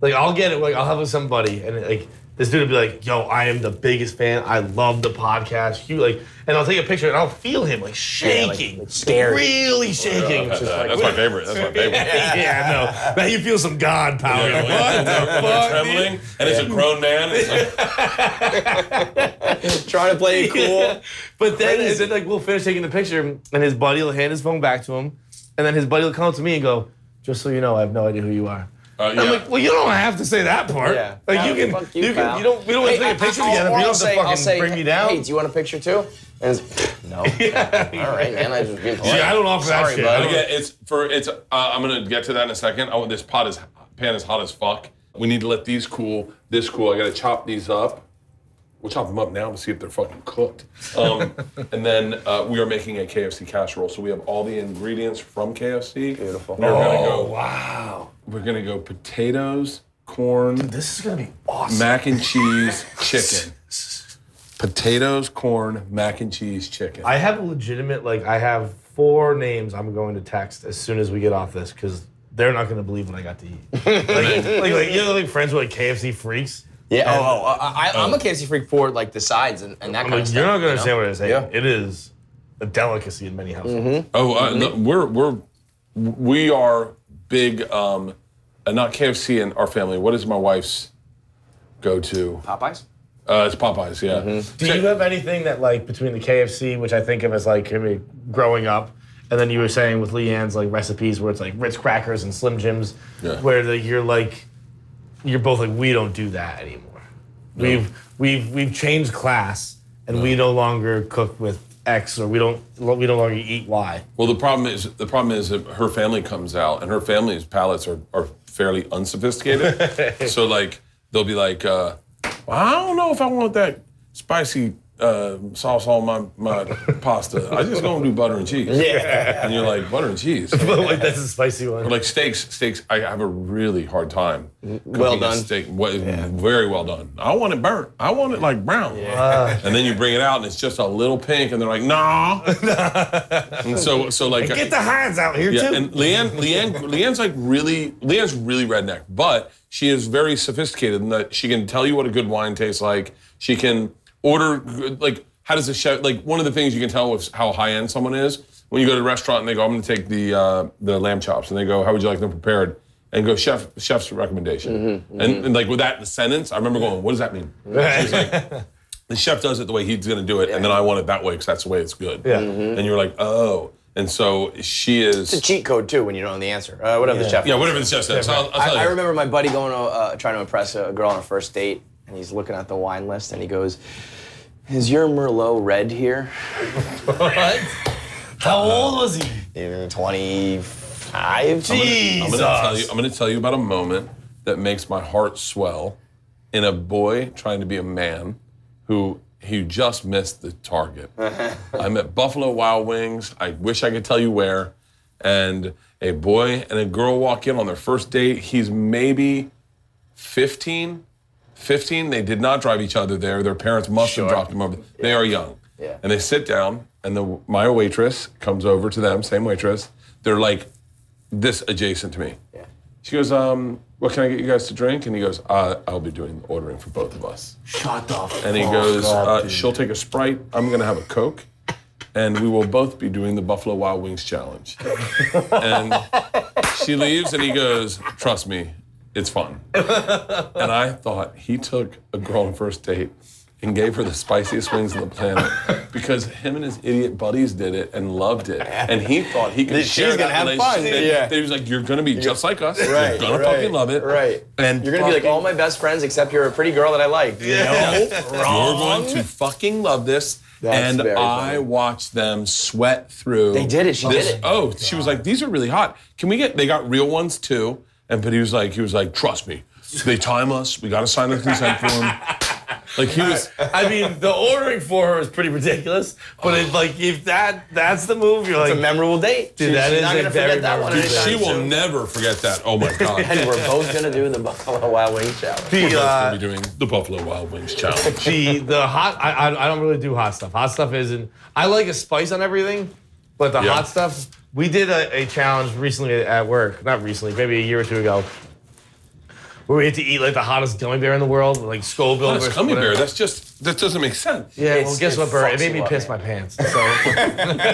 Speaker 4: Like I'll get it. Like I'll have somebody and like this dude will be like, "Yo, I am the biggest fan. I love the podcast. You like," and I'll take a picture and I'll feel him like
Speaker 5: Yeah, like-
Speaker 4: shaking,
Speaker 5: like scared.
Speaker 4: really shaking.
Speaker 3: Uh, that's my favorite. That's my favorite.
Speaker 4: yeah, no. Now you feel some god power.
Speaker 3: Yeah,
Speaker 4: You're
Speaker 3: when
Speaker 4: like,
Speaker 3: they're- when
Speaker 4: what the
Speaker 3: they're
Speaker 4: fuck, dude?
Speaker 3: trembling, and it's a grown man. It's like,
Speaker 5: trying to play it cool
Speaker 4: But then, and then like we'll finish taking the picture, and his buddy will hand his phone back to him, and then his buddy will come up to me and go, "Just so you know, I have no idea who you are."
Speaker 3: uh, yeah.
Speaker 4: I'm like, well, you don't have to say that part.
Speaker 5: Yeah.
Speaker 4: Like you
Speaker 5: Yeah,
Speaker 4: can,
Speaker 5: fuck
Speaker 4: you,
Speaker 5: you,
Speaker 4: can,
Speaker 5: pal.
Speaker 4: you don't, we don't have to
Speaker 5: Hey,
Speaker 4: take a picture
Speaker 5: I'll-
Speaker 4: together.
Speaker 5: I'll
Speaker 4: We don't have
Speaker 5: say-
Speaker 4: to
Speaker 5: I'll
Speaker 4: fucking
Speaker 5: say,
Speaker 4: bring you down.
Speaker 5: Hey, do you want a picture too? And it's, no. All right, man. I just being polite.
Speaker 4: Yeah, I don't offer that
Speaker 5: Sorry,
Speaker 4: shit.
Speaker 5: bud.
Speaker 4: I
Speaker 3: But
Speaker 4: don't-
Speaker 3: again, it's for it's. Uh, I'm gonna get to that in a second. I want this pot is pan is hot as fuck. We need to let these cool. This cool. I gotta chop these up. We'll chop them up now to see if they're fucking cooked. Um, and then uh, we are making a KFC casserole, so we have all the ingredients from KFC. Beautiful. We're gonna go. Wow. We're gonna go potatoes, corn,
Speaker 4: this is gonna be awesome.
Speaker 3: mac and cheese, chicken. Potatoes, corn, mac and cheese, chicken.
Speaker 4: I have a legitimate, like, I have four names I'm going to text as soon as we get off this because they're not gonna believe what I got to eat. like, like, like, you know, like friends with like KFC freaks.
Speaker 5: Yeah. Oh, oh, I, I, I'm a KFC freak for like the sides and, and that
Speaker 4: I'm
Speaker 5: kind
Speaker 4: like,
Speaker 5: of
Speaker 4: you're
Speaker 5: stuff.
Speaker 4: not gonna
Speaker 5: you know?
Speaker 4: understand what I'm saying.
Speaker 5: Yeah.
Speaker 4: It is a delicacy in many households.
Speaker 3: Oh, uh, no, we're we're we are big. Um, uh, not KFC in our family. What is my wife's go-to?
Speaker 5: Popeyes.
Speaker 3: Uh, it's Popeyes. Yeah.
Speaker 4: Do you have anything that like between the KFC, which I think of as like I mean, growing up, and then you were saying with Leanne's like recipes where it's like Ritz crackers and Slim Jims,
Speaker 3: Yeah.
Speaker 4: where the, you're like, you're both like we don't do that anymore. We've we've we've changed class, and we no longer cook with X, or we don't we no longer eat Y.
Speaker 3: Well, the problem is the problem is that her family comes out, and her family's palates are, are fairly unsophisticated. so like they'll be like, uh, well, I don't know if I want that spicy uh, sauce on my my pasta. I just gonna do butter and cheese. Yeah. And you're like butter and cheese.
Speaker 4: like that's a spicy one.
Speaker 3: But like steaks, steaks, I have a really hard time.
Speaker 5: well
Speaker 3: cooking a
Speaker 5: done.
Speaker 3: steak. Well, Very well done. I want it burnt. I want it like brown. And then you bring it out and it's just a little pink, and they're like, nah. and so, so like,
Speaker 4: Get the Heinz out here
Speaker 3: yeah.
Speaker 4: too.
Speaker 3: And Leanne, Leanne, Leanne's like really, Leanne's really redneck, but she is very sophisticated in that she can tell you what a good wine tastes like. She can order like how does the chef like one of the things you can tell with how high end someone is when you go to a restaurant and they go, I'm going to take the uh, the lamb chops, and they go, How would you like them prepared? And go chef chef's recommendation. And, and like with that sentence, I remember going, What does that mean? She's like. The chef does it the way he's going to do it, and then I want it that way because that's the way it's good.
Speaker 4: Yeah.
Speaker 3: And you're like, oh. And so she is.
Speaker 5: It's a cheat code too when you don't know the answer. Uh, whatever the chef.
Speaker 3: Yeah, whatever the chef says. I'll, I'll
Speaker 5: I,
Speaker 3: tell you.
Speaker 5: I remember my buddy going to uh, trying to impress a girl on a first date, and he's looking at the wine list, and he goes, Is your Merlot red here?
Speaker 4: What?
Speaker 3: "Uh,
Speaker 4: How old was he?
Speaker 5: In 25?
Speaker 4: Jesus.
Speaker 3: I'm gonna tell you. I'm gonna tell you about a moment that makes my heart swell, in a boy trying to be a man, who who just missed the target. I'm at Buffalo Wild Wings. I wish I could tell you where, and a boy and a girl walk in on their first date. He's maybe 15. 15. They did not drive each other there. Their parents must have dropped them over. They are young.
Speaker 5: Yeah.
Speaker 3: And they sit down, and the my waitress comes over to them. Same waitress. They're like this adjacent to me.
Speaker 5: Yeah.
Speaker 3: She goes, um, what can I get you guys to drink? And he goes, uh, I'll be doing the ordering for both of us.
Speaker 4: Shut the fuck
Speaker 3: And he goes,
Speaker 4: up,
Speaker 3: uh,
Speaker 4: dude.
Speaker 3: she'll take a Sprite, I'm gonna have a Coke, and we will both be doing the Buffalo Wild Wings challenge. and she leaves and he goes, trust me, it's fun. And I thought he took a girl on first date and gave her the spiciest wings on the planet because him and his idiot buddies did it and loved it. And he thought he could
Speaker 5: That
Speaker 3: share
Speaker 5: she's
Speaker 3: that
Speaker 5: gonna have fun,
Speaker 3: relationship.
Speaker 5: yeah.
Speaker 3: He was like, you're gonna be just like us. you're gonna
Speaker 5: right,
Speaker 3: fucking love it.
Speaker 5: Right.
Speaker 3: And
Speaker 5: You're gonna be like "Oh,
Speaker 3: fucking-
Speaker 5: all my best friends except you're a pretty girl that I like.
Speaker 3: You're going to fucking love this.
Speaker 5: That's
Speaker 3: and
Speaker 5: very
Speaker 3: I
Speaker 5: funny.
Speaker 3: watched them sweat through.
Speaker 5: They did it. She did
Speaker 3: this-
Speaker 5: it.
Speaker 3: Oh, she was like, "These are really hot. Can we get?" They got real ones too. And but he was like, he was like, "Trust me, they time us. We got to sign the consent form." Like he was.
Speaker 4: I mean, the ordering for her is pretty ridiculous, but it, like if that that's the move, you're
Speaker 5: It's
Speaker 4: like,
Speaker 5: a memorable date.
Speaker 4: Dude,
Speaker 5: She-
Speaker 4: that
Speaker 5: she's
Speaker 4: is
Speaker 5: not
Speaker 4: a
Speaker 5: gonna forget
Speaker 4: very
Speaker 5: that one.
Speaker 4: memorable
Speaker 5: anytime
Speaker 3: She will
Speaker 5: soon.
Speaker 3: never forget that. Oh my god.
Speaker 5: And we're both gonna do the Buffalo Wild Wings challenge.
Speaker 4: the,
Speaker 3: We're
Speaker 4: uh,
Speaker 3: be doing the Buffalo Wild Wings challenge.
Speaker 4: the the hot. I, I I don't really do hot stuff. Hot stuff isn't. I like a spice on everything, but the
Speaker 3: Yeah.
Speaker 4: hot stuff. We did a, a challenge recently at work. Not recently, maybe a year or two ago. Where we had to eat like the hottest gummy bear in the world, like Scoville.
Speaker 3: That's
Speaker 4: versus
Speaker 3: gummy
Speaker 4: whatever.
Speaker 3: bear. That's just that doesn't make sense.
Speaker 4: Yeah,
Speaker 5: It's-
Speaker 4: well, guess
Speaker 5: it
Speaker 4: what, Bert?
Speaker 5: fucks
Speaker 4: It made me
Speaker 5: you up,
Speaker 4: piss
Speaker 5: man.
Speaker 4: my pants. So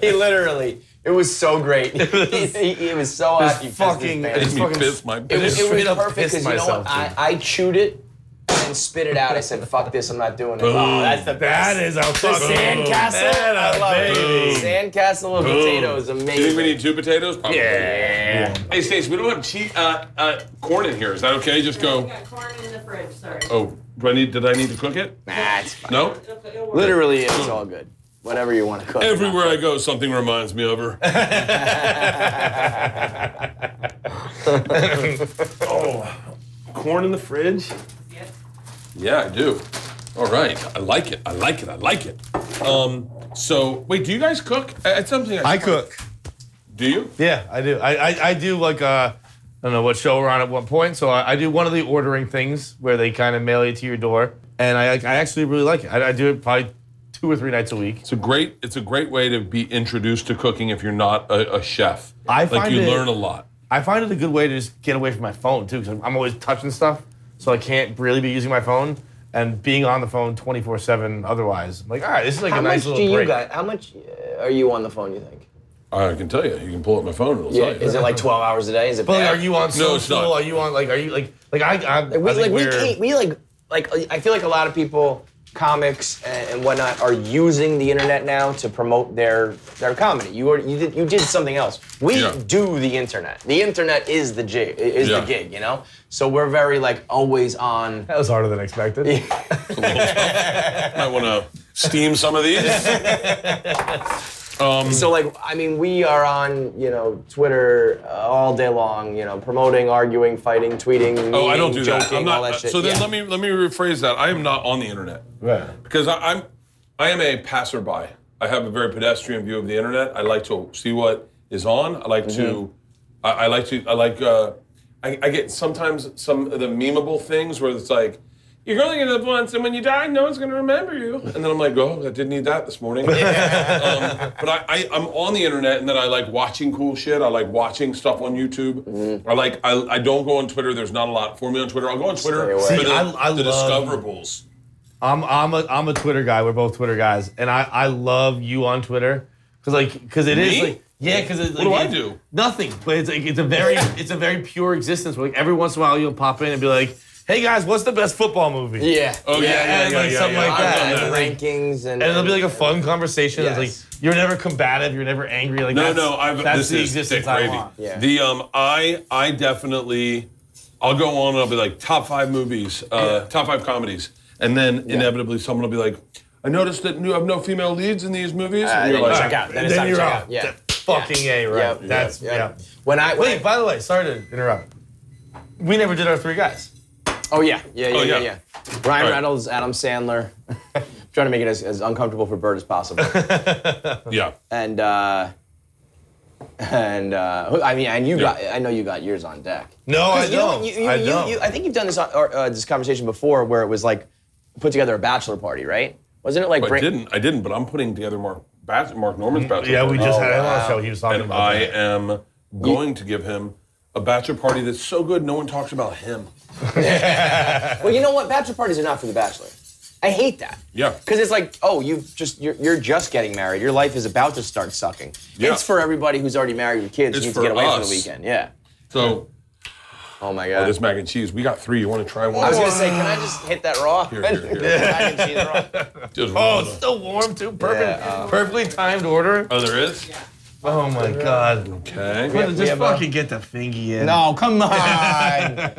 Speaker 5: He literally, it was so great. he, he- he was so
Speaker 4: was
Speaker 5: hot. you pissed his
Speaker 4: fucking-
Speaker 5: pants.
Speaker 3: It made me
Speaker 4: fucking-
Speaker 3: piss my
Speaker 5: It was,
Speaker 3: pants.
Speaker 5: it was
Speaker 4: straight up
Speaker 5: perfect
Speaker 4: pissed
Speaker 5: because you know
Speaker 4: myself,
Speaker 5: what? I, I chewed it and spit it out. I said, "Fuck this! I'm not doing it." Oh, that's the best.
Speaker 4: that is a fucking
Speaker 5: sandcastle.
Speaker 4: Man,
Speaker 5: I love
Speaker 4: baby.
Speaker 5: it. Sandcastle of potatoes,
Speaker 3: You think we
Speaker 5: amazing.
Speaker 3: need two potatoes? Probably.
Speaker 4: Yeah.
Speaker 3: Hey, Stace, we don't have tea, uh, uh, corn in here. Is that okay? Just
Speaker 7: We
Speaker 3: go.
Speaker 7: got corn in the fridge, sorry.
Speaker 3: Oh, do I need? Did I need to cook it?
Speaker 5: Nah, it's fine.
Speaker 3: No.
Speaker 7: It'll- it'll work.
Speaker 5: Literally, it's all good. Whatever you want to cook.
Speaker 3: Everywhere I go, something reminds me of her. oh, corn in the fridge?
Speaker 7: Yep.
Speaker 3: Yeah, I do. All right, I like it. I like it. I like it. Um, so wait, do you guys cook? Uh, It's something I,
Speaker 4: I cook.
Speaker 3: Do you?
Speaker 4: Yeah, I do. I, I, I do like uh, I don't know what show we're on at one point. So I, I do one of the ordering things where they kind of mail it to your door, and I like- I actually really like it. I, I do it probably two or three nights a week.
Speaker 3: It's a great. It's a great way to be introduced to cooking if you're not a, a chef.
Speaker 4: I
Speaker 3: like
Speaker 4: find
Speaker 3: you
Speaker 4: it-
Speaker 3: learn a lot.
Speaker 4: I find it a good way to just get away from my phone too, because I'm always touching stuff, so I can't really be using my phone and being on the phone 24 seven. Otherwise, I'm like all right, this is like
Speaker 5: How
Speaker 4: a nice
Speaker 5: much do
Speaker 4: little
Speaker 5: you
Speaker 4: break.
Speaker 5: guys? How much uh, are you on the phone? You think?
Speaker 3: I can tell you. You can pull up my phone. It'll
Speaker 5: Yeah.
Speaker 3: tell you.
Speaker 5: Is it like 12 hours a day? Is it?
Speaker 4: But like,
Speaker 5: bad?
Speaker 4: are you on
Speaker 3: No,
Speaker 4: social?
Speaker 3: it's not.
Speaker 4: Are you on like are you like like I I, I
Speaker 5: Like, we,
Speaker 4: think
Speaker 5: like we
Speaker 4: we're-
Speaker 5: can't. We like like I feel like a lot of people, comics and, and whatnot, are using the internet now to promote their their comedy. You are you did you did something else. We
Speaker 3: Yeah.
Speaker 5: do the internet. The internet is the jig. Is
Speaker 3: Yeah.
Speaker 5: the gig. You know. So we're very like always on.
Speaker 4: That was harder than expected.
Speaker 3: Might want to steam some of these.
Speaker 5: So like I mean we are on you know Twitter uh, all day long. You know promoting, arguing, fighting, tweeting.
Speaker 3: Oh, I don't do
Speaker 5: memeing,
Speaker 3: that.
Speaker 5: joking,
Speaker 3: I'm not. uh,
Speaker 5: all that shit.
Speaker 3: so then
Speaker 5: Yeah.
Speaker 3: let me let me rephrase that. I am not on the internet
Speaker 4: Right.
Speaker 3: because I, I'm I am a passerby. I have a very pedestrian view of the internet. I like to see what is on. I like to I, I like to I like uh, I, I get sometimes some of the memeable things where it's like. You're only gonna live once, and when you die, no one's gonna remember you. And then I'm like, oh, I didn't need that this morning. um, but I, I, I'm on the internet, and then I like watching cool shit. I like watching stuff on YouTube. I like, I, I don't go on Twitter. There's not a lot for me on Twitter. I'll go on Twitter
Speaker 5: away.
Speaker 3: for
Speaker 4: See,
Speaker 3: the,
Speaker 4: I- I
Speaker 3: the
Speaker 4: love-
Speaker 3: discoverables.
Speaker 4: I'm I'm a I'm a Twitter guy. We're both Twitter guys, and I I love you on Twitter because like because it is
Speaker 3: Me?
Speaker 4: like yeah because like,
Speaker 3: do I
Speaker 4: it-
Speaker 3: do?
Speaker 4: nothing but it's like it's a very it's a very pure existence. Where, like every once in a while you'll pop in and be like, hey guys, what's the best football movie?
Speaker 5: Yeah.
Speaker 3: Oh yeah, yeah, yeah,
Speaker 4: and, like,
Speaker 3: yeah,
Speaker 4: something
Speaker 3: yeah.
Speaker 4: like
Speaker 3: I've
Speaker 4: that.
Speaker 3: done
Speaker 5: and
Speaker 4: that.
Speaker 5: rankings and
Speaker 4: And it'll be like a fun conversation.
Speaker 5: Yes.
Speaker 4: It's like you're never combative, you're never angry. Like
Speaker 3: No,
Speaker 4: that's,
Speaker 3: no, I've
Speaker 4: that's
Speaker 3: this
Speaker 4: the
Speaker 3: is
Speaker 4: existence
Speaker 3: thick
Speaker 4: I
Speaker 3: gravy.
Speaker 4: want.
Speaker 5: Yeah.
Speaker 3: The um, I I definitely, I'll go on and I'll be like top five movies, uh, top five comedies, and then inevitably someone will be like, "I noticed that you have no female leads in these movies."
Speaker 5: Uh,
Speaker 3: and
Speaker 5: then
Speaker 3: you're
Speaker 5: you
Speaker 3: like,
Speaker 5: check out. Then, it's
Speaker 4: then
Speaker 5: time to
Speaker 4: you're
Speaker 5: check
Speaker 4: out.
Speaker 5: out. Yeah.
Speaker 4: Th- Fucking A, right?
Speaker 5: Yep,
Speaker 4: That's,
Speaker 5: yep,
Speaker 4: yeah.
Speaker 5: yep. When I when
Speaker 4: Wait, by the way, sorry to interrupt. We never did our three guys.
Speaker 5: Oh yeah, yeah, yeah, yeah,
Speaker 3: yeah.
Speaker 5: yeah. Ryan
Speaker 3: All right.
Speaker 5: Reynolds, Adam Sandler. trying to make it as, as uncomfortable for Bert as possible.
Speaker 3: Yeah.
Speaker 5: and uh, and uh, who- I mean, and you got. I know you got yours on deck.
Speaker 4: No, I
Speaker 5: You know what?
Speaker 4: don't.
Speaker 5: You- you-
Speaker 4: I
Speaker 5: you-
Speaker 4: don't.
Speaker 5: you- I think you've done this on, or, uh, this conversation before, where it was like put together a bachelor party, right? Wasn't it like?
Speaker 3: But I
Speaker 5: bring-
Speaker 3: didn't. I didn't. But I'm putting together Mark Bas- Mark Norman's bachelor.
Speaker 4: Mm-hmm. yeah, we
Speaker 3: party. Oh,
Speaker 4: just had him on the show. He was talking
Speaker 3: And
Speaker 4: about
Speaker 3: I
Speaker 4: that.
Speaker 3: am going to give him a bachelor party that's so good no one talks about him.
Speaker 5: Well, you know what? Bachelor parties are not for the bachelor. I hate that.
Speaker 3: Yeah.
Speaker 5: Because it's like, oh, you've just you're, you're just getting married. Your life is about to start sucking.
Speaker 3: Yeah.
Speaker 5: It's for everybody who's already married with kids.
Speaker 3: It's
Speaker 5: who needs
Speaker 3: for
Speaker 5: to get away for
Speaker 3: us.
Speaker 5: the weekend. Yeah.
Speaker 3: So
Speaker 5: Oh my god.
Speaker 3: this mac and cheese, we got three. You want to try one?
Speaker 5: I was gonna say, can I just hit that raw?
Speaker 3: Here, here, here.
Speaker 5: I didn't see the raw.
Speaker 3: Just
Speaker 4: Oh,
Speaker 3: roll
Speaker 4: it's
Speaker 3: it.
Speaker 4: still warm too. Perfect,
Speaker 5: Yeah, uh,
Speaker 4: perfectly timed order.
Speaker 3: Oh, there is.
Speaker 4: Oh my god!
Speaker 3: Okay.
Speaker 4: Brother, just
Speaker 5: have a-
Speaker 4: fucking get the fingy in.
Speaker 5: No, come on. I,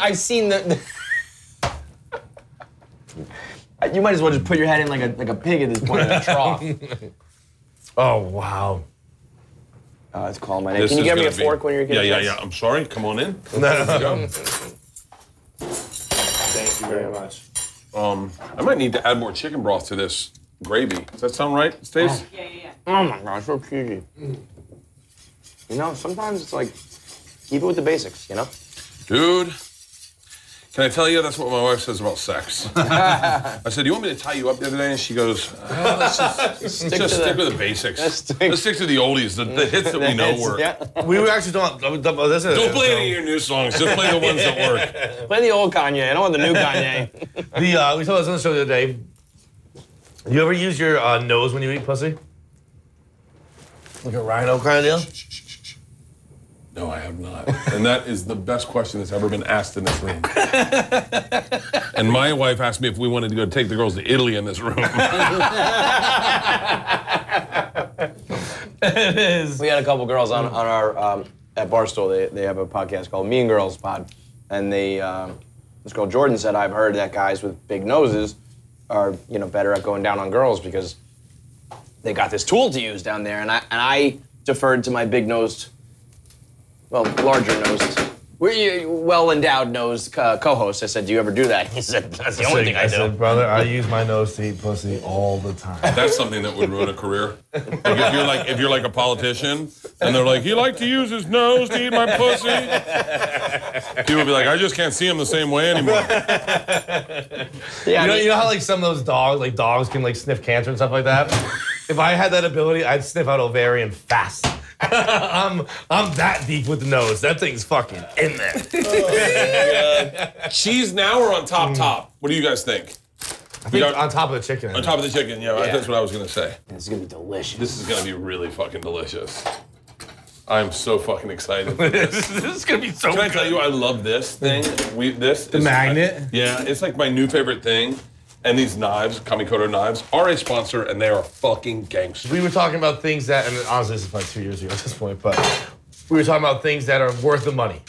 Speaker 5: I've seen the. You might as well just put your head in like a like a pig at this point in a trough. Uh,
Speaker 4: Oh wow!
Speaker 5: Oh, it's calling my name.
Speaker 3: This
Speaker 5: Can you
Speaker 3: is
Speaker 5: get me a
Speaker 3: gonna be-
Speaker 5: fork when you're
Speaker 3: Yeah,
Speaker 5: getting
Speaker 3: yeah,
Speaker 5: this?
Speaker 3: yeah. I'm sorry. Come on in. Go.
Speaker 9: Thank you very much.
Speaker 3: Um, I might need to add more chicken broth to this gravy. Does that sound right, Stace?
Speaker 7: Yeah, yeah, yeah.
Speaker 5: Oh my gosh, so cheesy. You know, sometimes it's like keep it with the basics. You know.
Speaker 3: Dude, can I tell you that's what my wife says about sex? I said, "Do you want me to tie you up the other day?" And she goes, "Ah, "Let's just, stick,
Speaker 5: to
Speaker 3: stick
Speaker 5: the-
Speaker 3: with the basics.
Speaker 5: let's
Speaker 3: Let's
Speaker 5: stick-
Speaker 3: stick, to the oldies, the, the hits that we know work.
Speaker 5: Yeah.
Speaker 4: We were actually uh, don't.
Speaker 3: Don't play any of your new songs. Just play the ones that work."
Speaker 5: Play the old Kanye. I don't want the new Kanye.
Speaker 4: The uh, we saw this on the show the other day. You ever use your uh, nose when you eat pussy? Like a rhino kind of deal.
Speaker 3: No, I have not. And that is the best question that's ever been asked in this room. and my wife asked me if we wanted to go take the girls to Italy in this room.
Speaker 4: it is.
Speaker 5: we had a couple girls on on our um, at Barstool. They they have a podcast called Mean Girls Pod, and they um, this girl Jordan said I've heard that guys with big noses are you know better at going down on girls because they got this tool to use down there, and I and I deferred to my big nosed, well larger nosed. We well endowed nosed uh, co-host. I said, "Do you ever do that?" He said, "That's the only thing I do."
Speaker 4: said, brother, I use my nose to eat pussy all the time.
Speaker 3: That's something that would ruin a career. Like if you're like if you're like a politician and they're like, he liked to use his nose to eat my pussy. People would be like, I just can't see him the same way anymore.
Speaker 5: Yeah, I
Speaker 4: You know,
Speaker 5: mean-
Speaker 4: you know how like some of those dogs, like dogs, can like sniff cancer and stuff like that. if I had that ability, I'd sniff out ovarian fast. I'm I'm that deep with the nose. That thing's fucking in there.
Speaker 3: Cheese now or on top top? What do you guys think? We got-
Speaker 4: on top of the chicken.
Speaker 3: on top of the chicken, yeah, that's what I was gonna say.
Speaker 5: this is gonna be delicious.
Speaker 3: This is gonna be really fucking delicious. I'm so fucking excited for this.
Speaker 4: this is gonna be so
Speaker 3: Can I tell you, I love this thing. We this the
Speaker 4: magnet?
Speaker 3: yeah, it's like my new favorite thing. And these knives, Kamikoto knives, are a sponsor, and they are fucking gangster.
Speaker 4: we were talking about things that, and honestly, this is like two years ago at this point, but we were talking about things that are worth the money,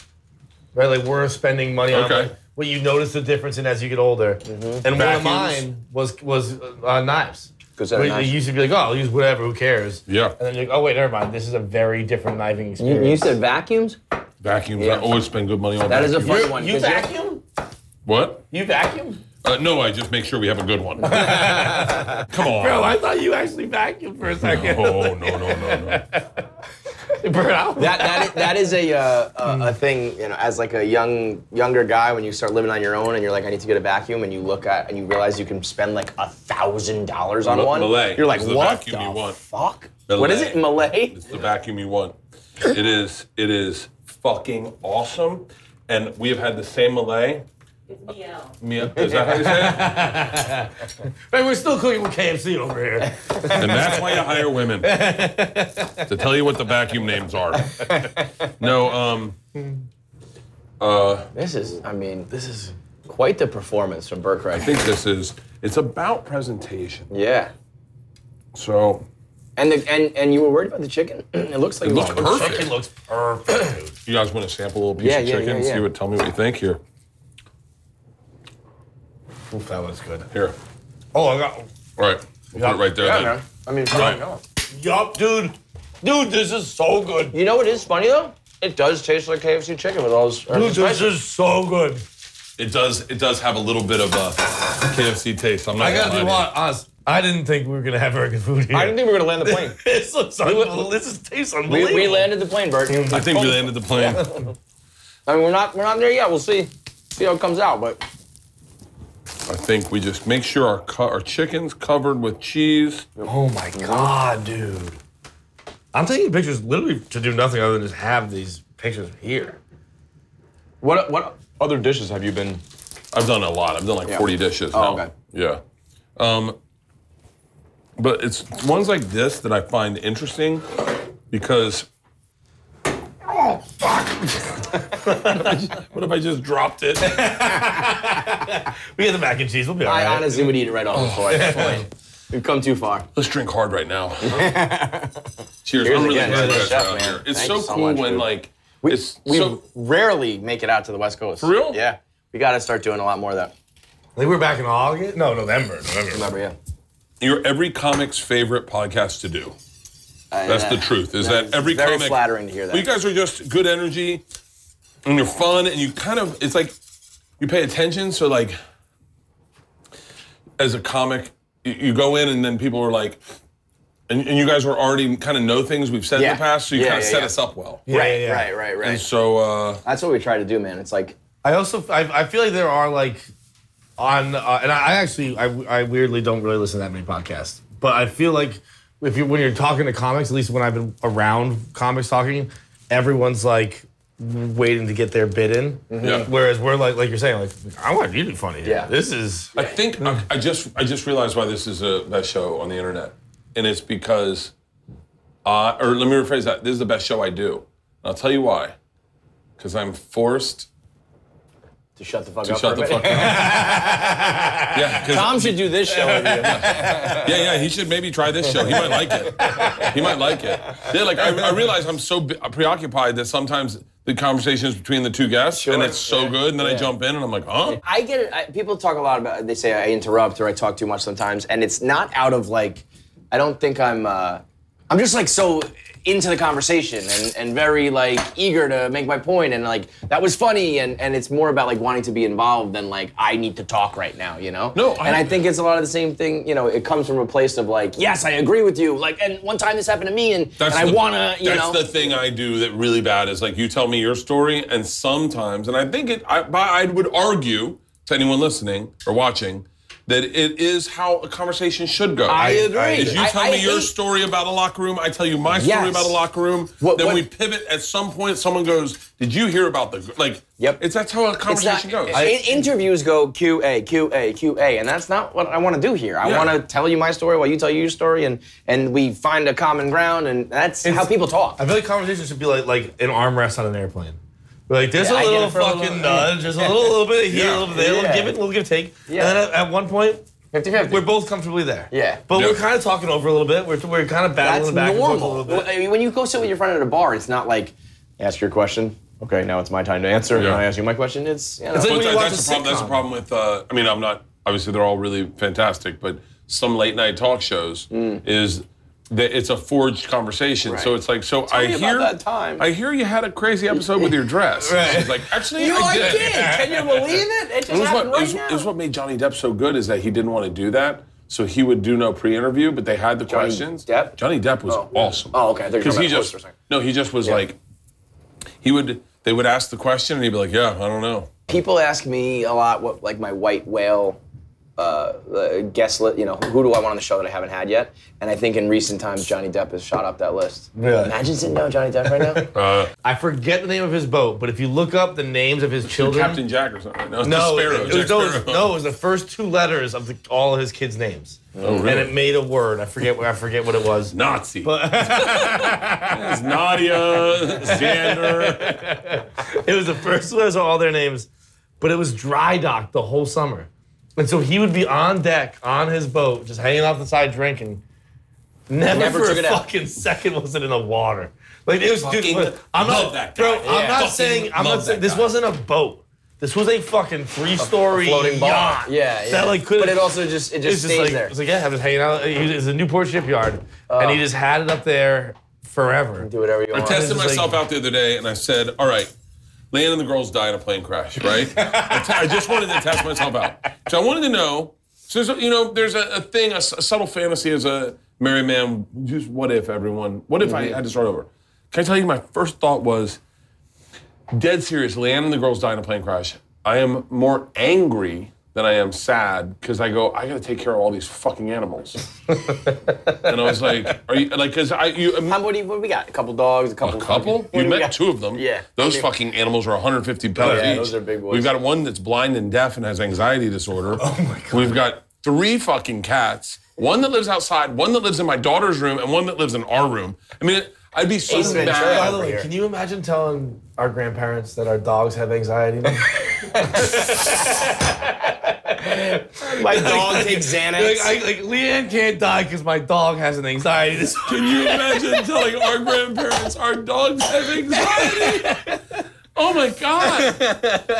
Speaker 4: right? Like worth spending money on.
Speaker 3: Okay. Mm-hmm.
Speaker 4: Like, what you notice the difference in as you get older, and one
Speaker 3: Vacuums.
Speaker 4: of mine was was uh, knives.
Speaker 5: 'Cause they're
Speaker 4: We-
Speaker 5: knives.
Speaker 4: It used to be like, oh, I'll use whatever, who cares?
Speaker 3: Yeah.
Speaker 4: And then you're like, oh wait, never mind. This is a very different kniving
Speaker 5: You,
Speaker 4: experience.
Speaker 5: you said vacuums.
Speaker 3: Vacuums.
Speaker 5: Yeah.
Speaker 3: I always spend good money on
Speaker 5: That is a
Speaker 3: vacuums.
Speaker 5: fun one.
Speaker 4: you
Speaker 5: 'cause you're-
Speaker 4: vacuum?
Speaker 3: what?
Speaker 4: You vacuum?
Speaker 3: Uh, no, I just make sure we have a good one. Come on.
Speaker 4: Bro, I thought you actually vacuumed for a second.
Speaker 3: no, no, no, no, no.
Speaker 4: Bro, I was-
Speaker 5: that that is, that is a, uh, a a
Speaker 3: Hmm.
Speaker 5: thing you know as like a young younger guy when you start living on your own and you're like I need to get a vacuum and you look at and you realize you can spend like a thousand dollars on
Speaker 3: Mal-
Speaker 5: one.
Speaker 3: Malay
Speaker 5: You're like
Speaker 3: is the
Speaker 5: what
Speaker 3: vacuum
Speaker 5: the
Speaker 3: you want."
Speaker 5: fuck? What is it, Malay?
Speaker 3: It's the vacuum you want. It is. It is fucking awesome. And we have had the same Malay.
Speaker 7: It's Miel.
Speaker 3: Mia, is that how you say
Speaker 4: Hey, we're still cooking with KFC over here.
Speaker 3: it? And that's why you hire women to tell you what the vacuum names are. No, um,
Speaker 5: This is I mean this is quite the performance from Burkright.
Speaker 3: I think this is. It's about presentation.
Speaker 5: yeah.
Speaker 3: So
Speaker 5: And, the, and and you were worried about the chicken? it looks like
Speaker 3: it looks
Speaker 5: was-
Speaker 3: perfect.
Speaker 4: It looks perfect. dude.
Speaker 3: You guys want to sample a little piece
Speaker 5: Yeah,
Speaker 3: of
Speaker 5: yeah,
Speaker 3: chicken
Speaker 5: yeah,
Speaker 3: and see
Speaker 5: yeah.
Speaker 3: what? Tell me what you think here.
Speaker 4: Oof, that was good.
Speaker 10: Here.
Speaker 4: Oh, I got.
Speaker 10: All right. We'll put it right there.
Speaker 4: Yeah,
Speaker 10: then.
Speaker 4: man. I mean,
Speaker 10: Right.
Speaker 4: no. Yup, dude. Dude, this is so good.
Speaker 5: You know what is funny though? It does taste like KFC chicken with all those
Speaker 4: Dude,
Speaker 5: herbs and
Speaker 4: this
Speaker 5: spices.
Speaker 4: is so good.
Speaker 3: It does. It does have a little bit of uh, a KFC taste. I'm not.
Speaker 4: I gotta
Speaker 3: gonna
Speaker 4: be
Speaker 3: lie to
Speaker 4: hon- honest. I didn't think we were gonna have very good food here.
Speaker 5: I didn't think we were gonna land the plane.
Speaker 4: this looks unbelievable. This is, tastes
Speaker 5: we,
Speaker 4: unbelievable.
Speaker 5: we landed the plane, Bert.
Speaker 3: you. I think we landed the plane.
Speaker 5: I mean, we're not we're not there yet. We'll see see how it comes out. But
Speaker 3: I think we just make sure our co- our chicken's covered with cheese.
Speaker 4: Oh my god, dude. I'm taking pictures literally to do nothing other than just have these pictures here.
Speaker 5: what what other dishes have you been?
Speaker 3: I've done a lot. I've done like
Speaker 5: Yeah.
Speaker 3: 40 dishes.
Speaker 5: Oh,
Speaker 3: now.
Speaker 5: okay.
Speaker 3: Yeah. Um, but it's ones like this that I find interesting because. Oh fuck! what if I just dropped it?
Speaker 4: We get the mac and cheese. We'll be all
Speaker 5: I
Speaker 4: right.
Speaker 5: honestly would eat it right off the floor at this point. We've come too far.
Speaker 3: Let's drink hard right now. Cheers.
Speaker 5: Cheers
Speaker 3: I'm really
Speaker 5: again to
Speaker 3: glad
Speaker 5: the
Speaker 3: you guys
Speaker 5: chef,
Speaker 3: are out
Speaker 5: man.
Speaker 3: here. It's
Speaker 5: Thank
Speaker 3: so,
Speaker 5: you so
Speaker 3: cool
Speaker 5: much,
Speaker 3: when
Speaker 5: dude.
Speaker 3: like
Speaker 5: We,
Speaker 3: it's
Speaker 5: we
Speaker 3: so
Speaker 5: rarely make it out to the West Coast. For
Speaker 3: real?
Speaker 5: Yeah. We got to start doing a lot more of that.
Speaker 4: I think we're back in August. No, November. November.
Speaker 5: Remember, yeah.
Speaker 3: you're every comic's favorite podcast to do.
Speaker 5: I-
Speaker 3: That's
Speaker 5: uh,
Speaker 3: the truth. Is that,
Speaker 5: is
Speaker 3: every
Speaker 5: very
Speaker 3: comic?
Speaker 5: flattering to hear that.
Speaker 3: Well, you guys are just good energy, and you're fun, and you kind of it's like you pay attention. So like, as a comic, you, you go in, and then people are like, and, and you guys were already kind of know things we've said
Speaker 5: Yeah.
Speaker 3: in the past, so you
Speaker 5: Yeah,
Speaker 3: kind of
Speaker 5: yeah,
Speaker 3: set
Speaker 5: yeah.
Speaker 3: us up well.
Speaker 4: Yeah,
Speaker 5: right,
Speaker 4: yeah, yeah.
Speaker 5: right, right, right.
Speaker 3: And so uh,
Speaker 5: That's what we try to do, man. It's like
Speaker 4: I also I, I feel like there are like on uh, and I, I actually I, I weirdly don't really listen to that many podcasts, but I feel like if you when you're talking to comics, at least when I've been around comics talking, everyone's like waiting to get their bid in.
Speaker 3: Yeah.
Speaker 4: Whereas we're like like you're saying like I want you to be funny. Here.
Speaker 5: Mm-hmm. Yeah.
Speaker 4: This is
Speaker 3: I think I,
Speaker 5: Mm-hmm.
Speaker 3: I just I just realized why this is the best show on the internet, and it's because, uh, or let me rephrase that. This is the best show I do. And I'll tell you why, because I'm forced
Speaker 5: to shut the fuck
Speaker 3: to
Speaker 5: up.
Speaker 3: shut
Speaker 5: for
Speaker 3: the
Speaker 5: a
Speaker 3: fuck up.
Speaker 5: minute.
Speaker 3: yeah, 'cause-
Speaker 5: Tom should do this show. with you.
Speaker 3: yeah, yeah. He should maybe try this show. He might like it. He might like it. Yeah, like I, I realize I'm so bu- preoccupied that sometimes the conversations between the two guests and it's so good, and then I jump in and I'm like, huh?
Speaker 5: I get it. I, people talk a lot about. They say I interrupt or I talk too much sometimes, and it's not out of like. I don't think I'm. Uh, I'm just like so into the conversation and, and very like eager to make my point and like that was funny and, and it's more about like wanting to be involved than like I need to talk right now, you know?
Speaker 3: No, I-
Speaker 5: and I think it's a lot of the same thing. You know, it comes from a place of like, yes, I agree with you. Like, and one time this happened to me, and, and I
Speaker 3: the-
Speaker 5: wanna, you
Speaker 3: that's
Speaker 5: know.
Speaker 3: the thing I do that really bad is like you tell me your story, and sometimes, and I think it, I, but I would argue to anyone listening or watching that it is how a conversation should go.
Speaker 5: I agree.
Speaker 3: If you
Speaker 5: I-
Speaker 3: tell
Speaker 5: I
Speaker 3: me your
Speaker 5: hate-
Speaker 3: story about a locker room, I tell you my story
Speaker 5: Yes.
Speaker 3: about a locker room.
Speaker 5: What-
Speaker 3: then
Speaker 5: what-
Speaker 3: we pivot at some point. Someone goes, "Did you hear about the gr-" like?"
Speaker 5: Yep.
Speaker 3: It's that's how a
Speaker 5: It's not-
Speaker 3: conversation goes.
Speaker 5: I- interviews go QA, QA, QA, and that's not what I want to do here. I
Speaker 3: Yeah.
Speaker 5: want to tell you my story while you tell your story, and and we find a common ground, and that's how people talk.
Speaker 4: I feel like conversations should be like like an armrest on an airplane. Like there's
Speaker 5: Yeah, I
Speaker 4: a
Speaker 5: get
Speaker 4: little
Speaker 5: it for a
Speaker 4: fucking
Speaker 5: little-
Speaker 4: nudge, there's a little, little bit of here, a little bit there,
Speaker 5: Yeah.
Speaker 4: we'll give it, we'll give take.
Speaker 5: Yeah.
Speaker 4: And then at, at one point,
Speaker 5: 50-50.
Speaker 4: we're both comfortably there.
Speaker 5: Yeah.
Speaker 4: But
Speaker 3: Yeah.
Speaker 4: we're kind of talking over a little bit. We're, we're kind of
Speaker 5: that's
Speaker 4: battling back and forth a
Speaker 5: normal.
Speaker 4: little bit.
Speaker 5: Well, I mean, when you go sit with your friend at a bar, it's not like ask your question. Okay, now it's my time to answer.
Speaker 3: Yeah.
Speaker 5: And I ask you my question. It's you know,
Speaker 4: like-
Speaker 3: Well,
Speaker 4: when you
Speaker 3: that-
Speaker 4: watch
Speaker 3: that's, the
Speaker 4: a
Speaker 3: problem, that's the
Speaker 4: sitcom.
Speaker 3: problem with. Uh, I mean, I'm not. Obviously, they're all really fantastic, but some late night talk shows is that it's a forged conversation. So
Speaker 5: Hmm. Right.
Speaker 3: it's like, so I
Speaker 5: me about
Speaker 3: hear
Speaker 5: that time.
Speaker 3: I hear you had a crazy episode with your dress. And She's like, actually,
Speaker 5: you
Speaker 3: I
Speaker 5: like
Speaker 3: did.
Speaker 5: it? Can you believe it? It
Speaker 3: It
Speaker 5: just
Speaker 3: was, what,
Speaker 5: happened
Speaker 3: it,
Speaker 5: right
Speaker 3: was,
Speaker 5: now.
Speaker 3: it was what made Johnny Depp so good is that he didn't want to do that. So he would do no pre-interview, but they had the questions.
Speaker 5: Depp?
Speaker 3: Johnny Depp was
Speaker 5: Oh.
Speaker 3: awesome.
Speaker 5: Oh, okay. I thought you were
Speaker 3: Because
Speaker 5: talking
Speaker 3: he
Speaker 5: about
Speaker 3: just
Speaker 5: Host for a second.
Speaker 3: no, he just was like, he would. They would ask the question, and he'd be like, "Yeah, I don't know."
Speaker 5: people ask me a lot what like my white whale uh, uh, guest list. You know, who do I want on the show that I haven't had yet? And I think in recent times Johnny Depp has shot up that list.
Speaker 4: Really?
Speaker 5: Imagine sitting down with Johnny Depp right now.
Speaker 3: Uh,
Speaker 4: I forget the name of his boat, but if you look up the names of his children,
Speaker 3: Captain Jack or something. No, it's
Speaker 4: no,
Speaker 3: the
Speaker 4: it
Speaker 3: Sparrow.
Speaker 4: was,
Speaker 3: Jack
Speaker 4: no, it was-
Speaker 3: Sparrow.
Speaker 4: no, it was the first two letters of the, all of his kids' names,
Speaker 3: Oh, really?
Speaker 4: and it made a word. I forget. what- I forget what it was.
Speaker 3: Nazi. it's Nadia, Xander.
Speaker 4: It was the first letters of all their names, but it was dry dock the whole summer. And so he would be on deck on his boat, just hanging off the side drinking. Never,
Speaker 5: Never
Speaker 4: for
Speaker 5: took
Speaker 4: a
Speaker 5: it out.
Speaker 4: fucking second was it in the water. Like it was, dude.
Speaker 3: Fucking
Speaker 4: look, I'm
Speaker 3: love
Speaker 4: not,
Speaker 3: that guy.
Speaker 4: bro.
Speaker 3: Yeah.
Speaker 4: I'm not
Speaker 3: Fucking
Speaker 4: saying. I'm
Speaker 3: love
Speaker 4: not saying
Speaker 3: that
Speaker 4: this
Speaker 3: guy.
Speaker 4: wasn't a boat.
Speaker 9: This was a fucking three-story
Speaker 5: floating bar.
Speaker 9: yacht.
Speaker 5: Yeah, yeah.
Speaker 9: That like could.
Speaker 5: but it also just it just
Speaker 9: it's
Speaker 5: stays
Speaker 9: just like
Speaker 5: there. Oh.
Speaker 9: it's like yeah, I'm just hanging out. He was- It's a Newport shipyard, and he just had it up there forever.
Speaker 5: Do whatever you want.
Speaker 3: tested
Speaker 9: This is
Speaker 3: myself out the other day and I said, all right, Leanne and the girls die in a plane crash, right? I te- I just wanted to test myself out. So I wanted to know, so there's a, you know, there's a, a thing, a, s- a subtle fantasy as a married man, just what if everyone, what if
Speaker 9: Mm-hmm.
Speaker 3: I had to start over? Can I tell you, my first thought was, dead serious, Leanne and the girls die in a plane crash. I am more angry than I am sad because I go, I gotta take care of all these fucking animals. and I was like, are you, like, because I, you,
Speaker 5: How, what, do you, what do we got? A couple dogs, a couple.
Speaker 3: a couple?
Speaker 5: What do
Speaker 3: You
Speaker 5: we
Speaker 3: met
Speaker 5: got?
Speaker 3: two of them.
Speaker 5: Yeah.
Speaker 3: Those
Speaker 5: Yeah.
Speaker 3: fucking animals are 150 pounds
Speaker 5: yeah,
Speaker 3: each.
Speaker 5: those are big boys.
Speaker 3: We've got one that's blind and deaf and has anxiety disorder. Oh my god. We've got three fucking cats. One that lives outside, one that lives in my daughter's room, and one that lives in our room. I mean, I'd be so
Speaker 5: Ace Ventura.
Speaker 9: By
Speaker 3: mad.
Speaker 9: the
Speaker 5: over
Speaker 9: way,
Speaker 5: here.
Speaker 9: can you imagine telling our grandparents that our dogs have anxiety?
Speaker 5: My dog takes Xanax.
Speaker 9: like, I, like Leanne can't die because my dog has an anxiety disorder.
Speaker 3: Can you imagine telling our grandparents our dogs have anxiety? Oh my god!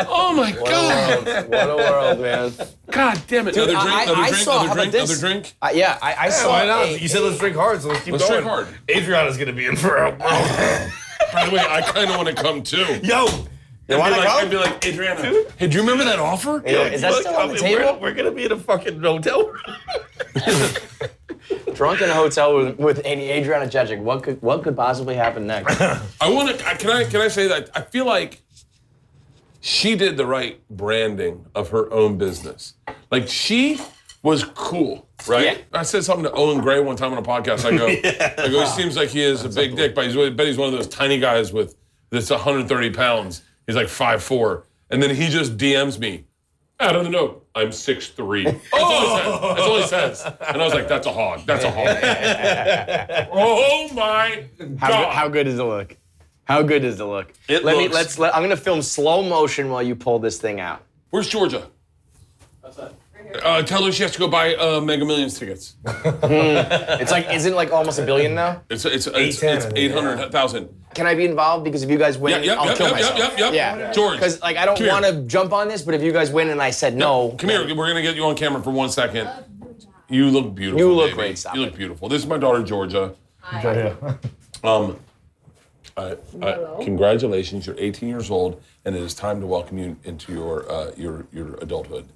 Speaker 3: Oh my god!
Speaker 5: what a world, man.
Speaker 3: God damn it! another drink,
Speaker 5: I- I-
Speaker 3: another
Speaker 5: I
Speaker 3: drink,
Speaker 5: saw- how
Speaker 3: another
Speaker 5: about
Speaker 3: drink,
Speaker 5: this?
Speaker 3: another drink.
Speaker 5: Uh, yeah, I, I saw.
Speaker 9: Why not?
Speaker 5: a-
Speaker 9: you said let's drink hard, so let's keep
Speaker 3: Let's
Speaker 9: going.
Speaker 3: drink hard.
Speaker 9: Adriana's gonna be in for a while.
Speaker 3: By the way, I kind of want to come too.
Speaker 9: Yo,
Speaker 3: I'd
Speaker 5: You want
Speaker 3: be
Speaker 5: to
Speaker 3: like,
Speaker 5: go?
Speaker 3: I'd be like, Adriana, hey, do you remember that offer?
Speaker 5: Yeah, Is that
Speaker 9: look,
Speaker 5: still on the
Speaker 9: I mean, we're-
Speaker 5: table?
Speaker 9: We're, gonna be in a fucking hotel room.
Speaker 5: Drunk in a hotel with, with Amy- Adriana Jejic. What could what could possibly happen next?
Speaker 3: I want to. Can I? Can I say that? I feel like she did the right branding of her own business. Like she was cool, right?
Speaker 5: Yeah.
Speaker 3: I said something to Owen Gray one time on a podcast. I go, I go. He seems like he is a big dick, but he's really, but he's one of those tiny guys with that's 130 pounds. He's like five four, and then he just DMs me. I don't know. I'm 6'3. That's, all he says. That's all he says.
Speaker 5: Oh.
Speaker 3: And I was like, that's a hog. That's a hog. oh my God.
Speaker 5: How good, how good is the look? How good is the look?
Speaker 3: It
Speaker 5: let me
Speaker 3: looks-
Speaker 5: let's let, I'm gonna film slow motion while you pull this thing out.
Speaker 3: Where's Georgia? Uh, tell her she has to go buy uh, Mega Millions tickets.
Speaker 5: It's like isn't it like almost a billion now?
Speaker 3: It's it's it's, it's eight hundred thousand.
Speaker 5: Can I be involved? Because if you guys win,
Speaker 3: Yep, yep,
Speaker 5: I'll
Speaker 3: yep,
Speaker 5: kill
Speaker 3: yep,
Speaker 5: myself.
Speaker 3: yep, yep, yep.
Speaker 5: Yeah.
Speaker 3: George,
Speaker 5: Because like I don't
Speaker 3: Come here.
Speaker 5: want to jump on this, but if you guys win and I said no,
Speaker 3: Come here. We're gonna get you on camera for one second. You look beautiful.
Speaker 5: You look
Speaker 3: baby.
Speaker 5: great, stop
Speaker 3: You look
Speaker 5: it.
Speaker 3: beautiful. This is my daughter Georgia. Um, I, I, uh, congratulations, you're 18 years old, and it is time to welcome you into your uh, your your adulthood.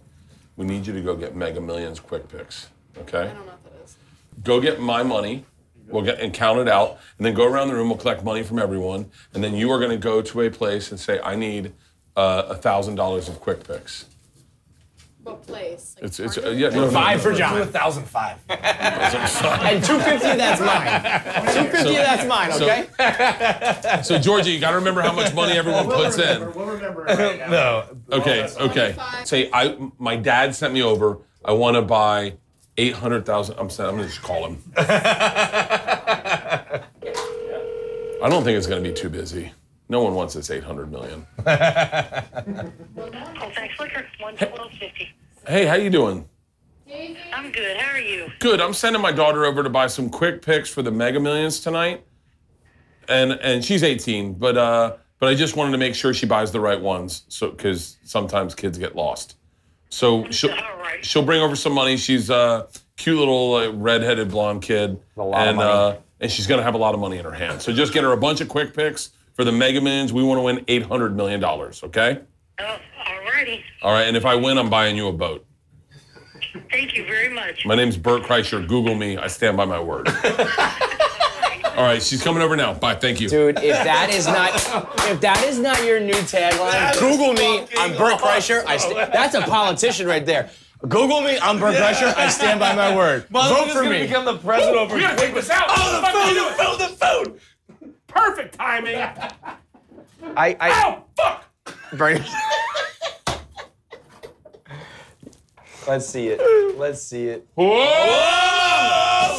Speaker 3: We need you to go get Mega Millions quick picks. Okay.
Speaker 11: I don't know what that is.
Speaker 3: go get my money. We'll get and count it out, and then go around the room. We'll collect money from everyone, and then you are going to go to a place and say, "I need uh, a thousand dollars of quick picks."
Speaker 11: What place? Like
Speaker 3: It's it's uh,
Speaker 11: Target?
Speaker 3: yeah no, no, no, no,
Speaker 9: John. thousand five.
Speaker 5: and 250 that's mine. 250 that's mine.
Speaker 3: so-
Speaker 5: Okay.
Speaker 3: no. So Georgia, you got to remember how much money everyone puts in.
Speaker 4: We'll remember it right now.
Speaker 9: No,
Speaker 3: Okay, okay.
Speaker 11: Twenty-five.
Speaker 3: Say I my dad sent me over. I want to buy eight hundred thousand. I'm saying I'm going to just call him. I don't think it's going to be too busy. No one wants this eight hundred million.
Speaker 12: Oh,
Speaker 3: Hey, how you doing?
Speaker 12: I'm good. How are you?
Speaker 3: Good. I'm sending my daughter over to buy some quick picks for the Mega Millions tonight, and and she's 18, but uh, but I just wanted to make sure she buys the right ones, so because sometimes kids get lost. So she'll
Speaker 12: All right.
Speaker 3: she'll bring over some money. She's a cute little uh, redheaded blonde kid, a
Speaker 5: lot of
Speaker 3: and Uh,
Speaker 5: money.
Speaker 3: and she's gonna have a lot of money in her hand. So just get her a bunch of quick picks for the Mega Millions. We want to win 800 million dollars. Okay.
Speaker 12: Oh, alrighty.
Speaker 3: All right. And if I win, I'm buying you a boat.
Speaker 12: Thank you very much.
Speaker 3: My name's Bert Kreischer. Google me. I stand by my word. All right, she's coming over now. Bye. Thank you.
Speaker 5: Dude, if that is not if that is not your new tagline, Google me. I'm Bert
Speaker 3: Oh,
Speaker 5: Kreischer. I st- that's a politician right there. Google me. I'm Bert Kreischer. I stand by my word. Vote for me.
Speaker 9: become the president over.
Speaker 4: We gotta take this out. Oh, the food, the food, the food. Perfect timing.
Speaker 5: I, I
Speaker 4: Oh, fuck.
Speaker 5: Bert. Let's see it. Let's see it.
Speaker 3: Whoa!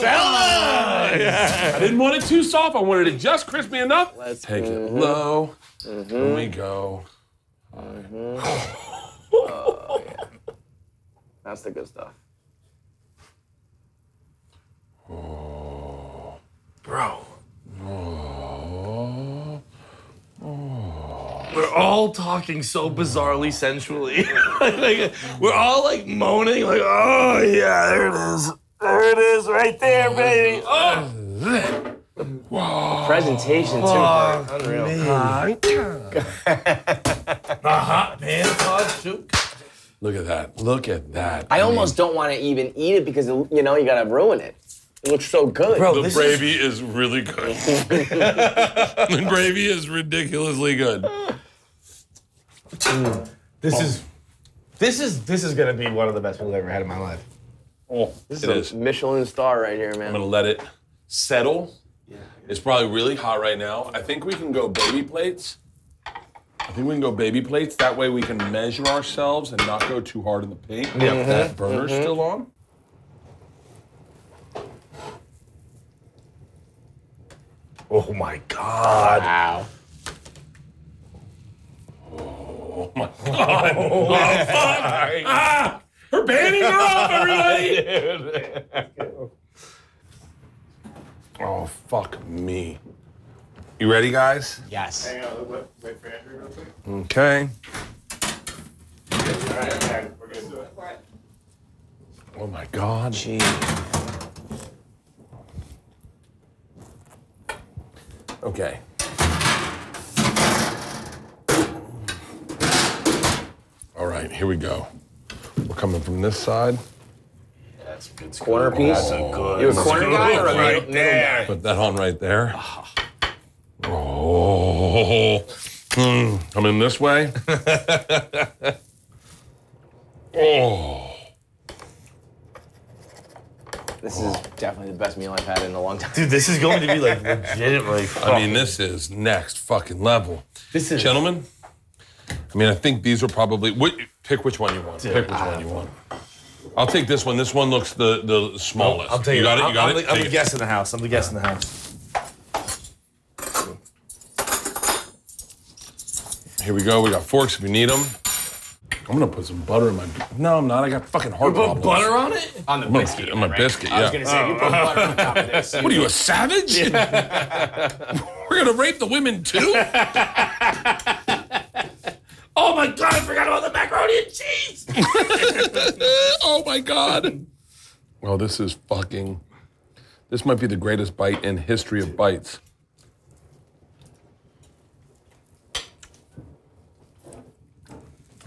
Speaker 3: I didn't want it too soft. I wanted it just crispy enough.
Speaker 5: Let's Mm-hmm.
Speaker 3: Take it low. Here we go.
Speaker 5: That's the good stuff.
Speaker 9: Bro.
Speaker 1: all talking so bizarrely sensually. Like, like, we're all like moaning, like, oh yeah, there it is. There it is, right there, baby. Oh,
Speaker 5: Presentation too. Unreal.
Speaker 1: my hot pants on too.
Speaker 3: Look at that. Look at that.
Speaker 5: I almost don't want to even eat it because you know you gotta ruin it. It looks so good.
Speaker 1: Bro,
Speaker 3: the
Speaker 1: this is
Speaker 3: gravy is really good. the gravy is ridiculously good.
Speaker 4: This is this is this is gonna be one of the best meals I've ever had in my life.
Speaker 3: Oh,
Speaker 5: this
Speaker 3: it
Speaker 5: is
Speaker 3: is.
Speaker 5: a Michelin star right here,
Speaker 3: I'm gonna
Speaker 5: man.
Speaker 3: let it settle. It's probably really hot right now. I think we can go baby plates. I think we can go baby plates. That way we can measure ourselves and not go too hard in the paint. Yeah,
Speaker 4: Mm-hmm.
Speaker 3: that burner's still on.
Speaker 4: Oh my god.
Speaker 5: Wow.
Speaker 3: Oh, Her panties are off, everybody! oh fuck me. You ready, guys?
Speaker 5: Yes.
Speaker 3: Okay. Oh my god. Okay. All right, here we go. We're coming from this side.
Speaker 5: Corner piece.
Speaker 1: good.
Speaker 5: You a corner guy or a middle, middle guy?
Speaker 3: Put that on right there. Oh, Mm, I'm in this way. oh,
Speaker 5: This is definitely the best meal I've had in a long time.
Speaker 4: Dude, this is going to be like legitimately.
Speaker 3: I mean, this is next fucking level.
Speaker 4: this is
Speaker 3: Gentlemen, I mean, I think these are probably. What, pick which one you want. Pick which one you want. I'll take this one. This one looks the, the smallest.
Speaker 4: I'll tell you.
Speaker 3: got it.
Speaker 4: I'm,
Speaker 3: You got
Speaker 4: I'm
Speaker 3: it.
Speaker 4: The, I'm
Speaker 3: Take
Speaker 4: the
Speaker 3: it.
Speaker 4: guest in the house. I'm the guest in the house.
Speaker 3: Here we go. We got forks if you need them. I'm gonna put some butter in my. No, I'm not. I got fucking heart problems.
Speaker 1: Butter on it?
Speaker 5: On the
Speaker 3: I'm gonna- biscuit, I'm a right? biscuit, I was yeah. gonna
Speaker 5: say, you put butter on top of this.
Speaker 3: What are you, a savage? We're gonna rape the women too?
Speaker 1: Oh my god, I forgot about the macaroni and cheese.
Speaker 3: oh my god. Well, this is fucking. This might be the greatest bite in history of bites.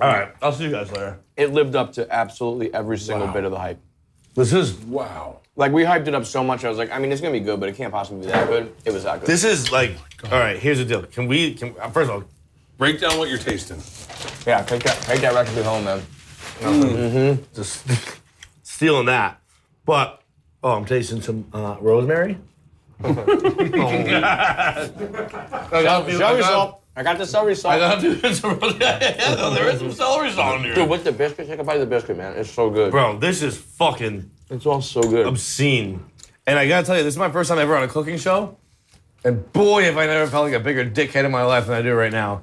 Speaker 1: All right, I'll see you guys later.
Speaker 5: It lived up to absolutely every single bit of the hype.
Speaker 4: This is
Speaker 3: Wow.
Speaker 5: Like we hyped it up so much, I was like, I mean, it's gonna be good, but it can't possibly be that good. It was that good.
Speaker 4: this is like. all right, here's the deal. Can we? Can uh, first of all,
Speaker 3: Break down what you're tasting.
Speaker 5: yeah, take that, take that recipe home, man.
Speaker 4: just stealing that. But oh, I'm tasting some uh, rosemary. Oh.
Speaker 5: Celery salt. I got the celery salt.
Speaker 1: there is some celery salt in
Speaker 5: Dude,
Speaker 1: here.
Speaker 5: with the biscuit, take a bite of the biscuit, man. It's so good.
Speaker 4: Bro, this is fucking
Speaker 5: It's all so good.
Speaker 4: obscene. And I gotta tell you, this is my first time ever on a cooking show. And boy, have I never felt like a bigger dickhead in my life than I do right now.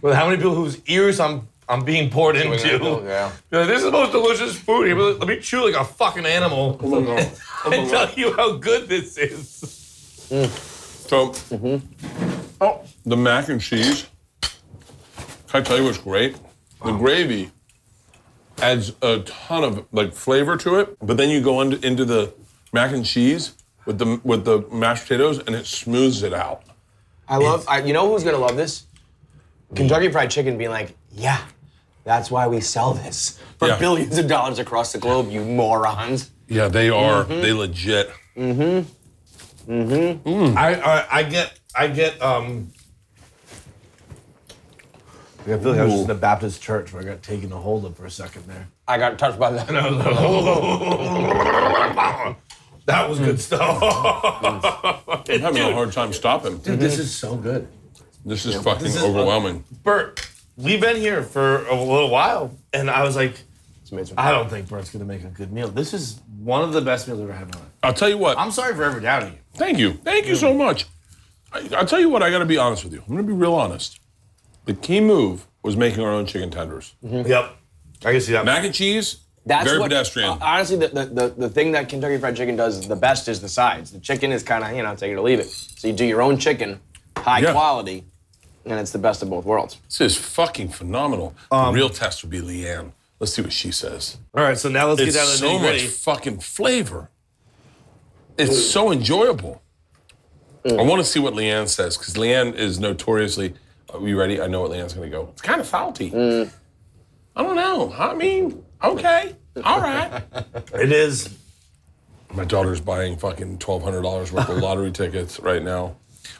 Speaker 4: With how many people whose ears I'm I'm being poured into.
Speaker 5: Yeah.
Speaker 4: Like, this is the most delicious food here. but Let me chew like a fucking animal.
Speaker 1: I tell you how good this is.
Speaker 3: So, Mm-hmm. oh, the mac and cheese. Can I tell you what's great? The gravy adds a ton of like flavor to it, but then you go under, into the mac and cheese with the with the mashed potatoes, and it smooths it out.
Speaker 5: I love. I, you know who's gonna love this? Kentucky Fried Chicken being like, yeah, that's why we sell this for
Speaker 3: Yeah.
Speaker 5: billions of dollars across the globe, you morons.
Speaker 3: Yeah, they are. They legit.
Speaker 4: I, I I get I get um. I feel like I was just in a Baptist church where I got taken a hold of for a second there.
Speaker 5: I got touched by that.
Speaker 4: "Oh." That was good stuff.
Speaker 3: I'm having a hard time stopping.
Speaker 4: Dude, this is so good.
Speaker 3: This is uh, fucking
Speaker 4: This is-
Speaker 3: overwhelming.
Speaker 4: Bert, we've been here for a little
Speaker 3: Oh.
Speaker 4: while, and I was like,
Speaker 5: It's amazing.
Speaker 4: I don't think Bert's gonna make a good meal. This is one of the best meals I've ever had in my life.
Speaker 3: I'll tell you what.
Speaker 4: I'm sorry for ever doubting you.
Speaker 3: Thank you. Thank you so much. I, I'll tell you what, I got to be honest with you. I'm going to be real honest. The key move was making our own chicken tenders.
Speaker 4: Yep, I can see that.
Speaker 3: Mac and cheese,
Speaker 5: That's
Speaker 3: very
Speaker 5: what-
Speaker 3: pedestrian.
Speaker 5: uh, honestly, the, the, the, the thing that Kentucky Fried Chicken does the best is the sides. The chicken is kind of, you know, take it or leave it. So you do your own chicken, high
Speaker 3: Yeah.
Speaker 5: quality, and it's the best of both worlds.
Speaker 3: This is fucking phenomenal. the real test would be Leanne. Let's see what she says.
Speaker 9: All right, so now let's
Speaker 3: It's
Speaker 9: get down to the
Speaker 3: so
Speaker 9: nitty
Speaker 3: much
Speaker 9: gritty.
Speaker 3: fucking flavor. It's so enjoyable. I want to see what Leanne says because Leanne is notoriously. Are we ready? I know what Leanne's going to go. It's kind of faulty. I don't know. I mean, okay, all right.
Speaker 9: It is.
Speaker 3: My daughter's buying fucking twelve hundred dollars worth of lottery tickets right now.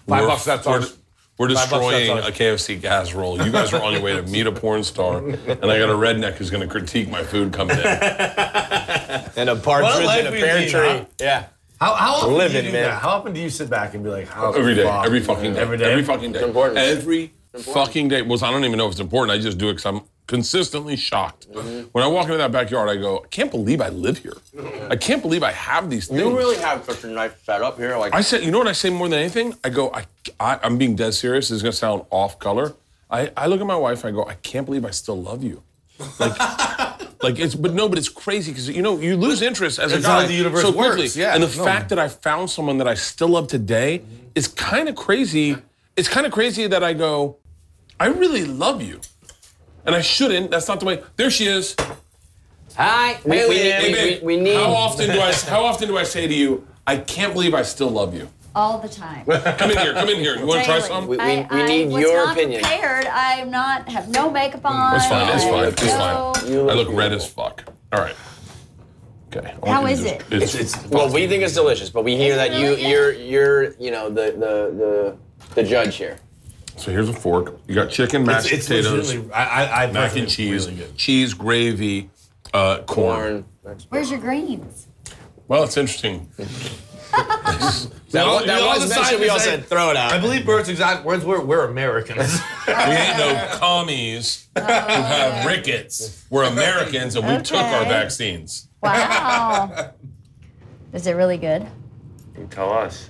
Speaker 9: Five
Speaker 3: We're-
Speaker 9: bucks, that's
Speaker 3: we're-
Speaker 9: ours.
Speaker 3: We're
Speaker 9: Five bucks, that's
Speaker 3: destroying
Speaker 9: ours.
Speaker 3: a KFC casserole. You guys are on your way to meet a porn star, and I got a redneck who's going to critique my food coming in.
Speaker 5: And a partridge
Speaker 9: life
Speaker 5: and a
Speaker 9: we've
Speaker 5: pear
Speaker 9: seen,
Speaker 5: tree.
Speaker 9: huh?
Speaker 5: Yeah.
Speaker 9: How, how often do
Speaker 5: Living,
Speaker 9: you do
Speaker 5: man.
Speaker 9: that? How often do you sit back and be like, how
Speaker 3: Every day,
Speaker 9: fuck?
Speaker 3: every fucking day,
Speaker 9: every day,
Speaker 3: every fucking day,
Speaker 5: important.
Speaker 3: every fucking day. Well, I don't even know if it's important. I just do it because I'm consistently shocked.
Speaker 9: Mm-hmm.
Speaker 3: When I walk into that backyard, I go, I can't believe I live here. I can't believe I have these things.
Speaker 5: You really have such a nice setup here. Like
Speaker 3: I said, you know what I say more than anything? I go, I, I I'm being dead serious. This is gonna sound off color. I, I look at my wife and I go, I can't believe I still love you. Like, like it's but no, but it's crazy because you know you lose interest as
Speaker 9: It's
Speaker 3: a guy
Speaker 9: how the universe
Speaker 3: so quickly.
Speaker 9: works, yeah,
Speaker 3: and the
Speaker 9: no.
Speaker 3: fact that I found someone that I still love today is kind of crazy. It's kind of crazy that I go, I really love you, and I shouldn't. That's not the way. There she is.
Speaker 5: hi, we, we,
Speaker 3: Hey,
Speaker 5: we, we,
Speaker 3: babe,
Speaker 5: we need.
Speaker 3: How often do I? How often do I say to you, I can't believe I still love you?
Speaker 13: all the time.
Speaker 3: Come in here. Come in here. You want to try
Speaker 13: Daily.
Speaker 3: some?
Speaker 5: We-
Speaker 13: I,
Speaker 5: we
Speaker 13: I
Speaker 5: need
Speaker 13: was
Speaker 5: your
Speaker 13: not
Speaker 5: opinion.
Speaker 13: Prepared. I'm not have no makeup on.
Speaker 3: It's Mm, fine. It's
Speaker 13: I
Speaker 3: fine. It's
Speaker 13: no-
Speaker 3: fine.
Speaker 5: You
Speaker 3: I
Speaker 5: look
Speaker 3: look red as fuck. All right. Okay. I
Speaker 13: How
Speaker 3: want you
Speaker 13: is
Speaker 3: to
Speaker 13: it?
Speaker 3: It's,
Speaker 5: well, we think it's delicious, but we hear
Speaker 11: Is it
Speaker 5: that you
Speaker 11: really good?
Speaker 5: you're you're you know the the the, the judge here.
Speaker 3: so here's a fork. You got chicken,
Speaker 9: It's,
Speaker 3: mashed
Speaker 9: it's
Speaker 3: potatoes,
Speaker 9: legitimately. I, I, I
Speaker 3: mac
Speaker 9: personally
Speaker 3: and cheese,
Speaker 9: really good.
Speaker 3: cheese gravy, uh, corn.
Speaker 5: Corn.
Speaker 13: Where's your greens?
Speaker 3: Well, it's interesting.
Speaker 5: That,
Speaker 9: all-
Speaker 5: one- that
Speaker 9: we all
Speaker 5: was mentioned.
Speaker 9: decided
Speaker 5: We all
Speaker 9: to say-
Speaker 5: said throw it
Speaker 9: I
Speaker 5: out.
Speaker 9: believe Bert's exact words were, "We're Americans."
Speaker 3: We ain't no commies
Speaker 13: Oh,
Speaker 3: who have rickets. We're Americans, and we took our
Speaker 13: Okay.
Speaker 3: vaccines.
Speaker 13: Wow. is it really good?
Speaker 1: You tell us.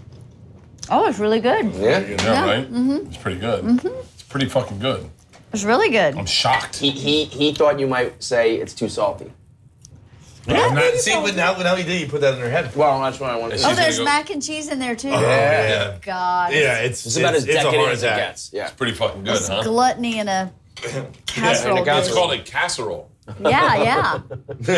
Speaker 13: Oh, it's really good.
Speaker 5: Yeah.
Speaker 3: Yeah, right?
Speaker 13: Mm-hmm.
Speaker 3: It's pretty good. It's pretty fucking good.
Speaker 13: It's really good.
Speaker 3: I'm shocked.
Speaker 5: He, he he thought you might say it's too salty.
Speaker 9: I'm not- see, but now, now you did, you put that in her head.
Speaker 5: Well, that's what I wanted.
Speaker 3: It's
Speaker 5: to
Speaker 13: oh,
Speaker 3: just-
Speaker 5: say.
Speaker 13: there's
Speaker 3: go- Uh-huh.
Speaker 13: mac and cheese in there too.
Speaker 9: Yeah.
Speaker 13: God.
Speaker 9: Yeah, it's
Speaker 5: It's about as
Speaker 9: it's a
Speaker 5: decadent
Speaker 9: heart
Speaker 5: as it
Speaker 9: attack.
Speaker 5: gets. Yeah.
Speaker 3: It's pretty fucking good,
Speaker 13: It's
Speaker 3: huh?
Speaker 13: gluttony in a casserole.
Speaker 5: in a
Speaker 13: dish.
Speaker 3: It's called a casserole.
Speaker 13: yeah, yeah.
Speaker 3: Do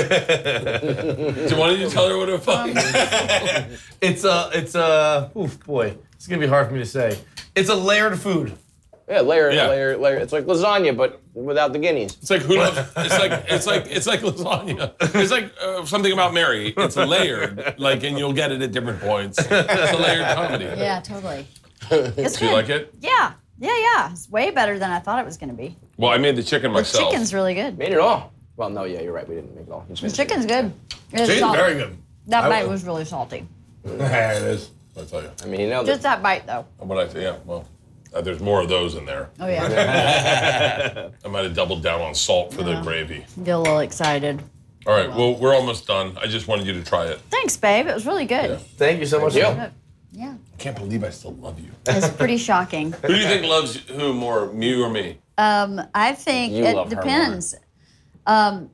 Speaker 3: you want to tell her what it
Speaker 13: Um,
Speaker 3: was?
Speaker 9: It's a it's a oof boy. It's gonna be hard for me to say. It's a layered food.
Speaker 5: Yeah, layer,
Speaker 3: Yeah.
Speaker 5: layer, layer. It's like lasagna, but without the guineas.
Speaker 3: It's like who loves? It's like it's like it's like lasagna. It's like uh, something about Mary. It's layered, like, and you'll get it at different points. It's a layered comedy.
Speaker 13: Yeah, totally. It's
Speaker 3: Do you
Speaker 13: good.
Speaker 3: like it?
Speaker 13: Yeah, yeah, yeah. It's way better than I thought it was going to be.
Speaker 3: Well, I made the chicken
Speaker 13: The
Speaker 3: myself.
Speaker 13: chicken's really good.
Speaker 5: Made it all. Well, no, yeah, you're right. We didn't make it all. We just
Speaker 13: The
Speaker 5: made it.
Speaker 13: chicken's good. It's
Speaker 9: It's
Speaker 13: salty.
Speaker 9: very good.
Speaker 13: That
Speaker 9: I
Speaker 13: bite
Speaker 9: will-
Speaker 13: was really salty.
Speaker 9: Yeah, it is.
Speaker 3: I tell you.
Speaker 5: I mean, you know,
Speaker 13: Just that bite, though.
Speaker 3: What I yeah. Well, uh, there's more of those in there.
Speaker 13: Oh, yeah.
Speaker 3: I might have doubled down on salt for the gravy.
Speaker 13: Get a little excited.
Speaker 3: All right. Well, we're almost done. I just wanted you to try it.
Speaker 13: Thanks, babe. It was really good.
Speaker 9: Thank you so much.
Speaker 5: Yeah.
Speaker 13: Yeah.
Speaker 3: I can't believe I still love you.
Speaker 13: It's pretty shocking.
Speaker 3: Who do you think loves who more, you or me?
Speaker 13: Um, I think
Speaker 5: You
Speaker 13: it
Speaker 5: love her more.
Speaker 13: depends. Um,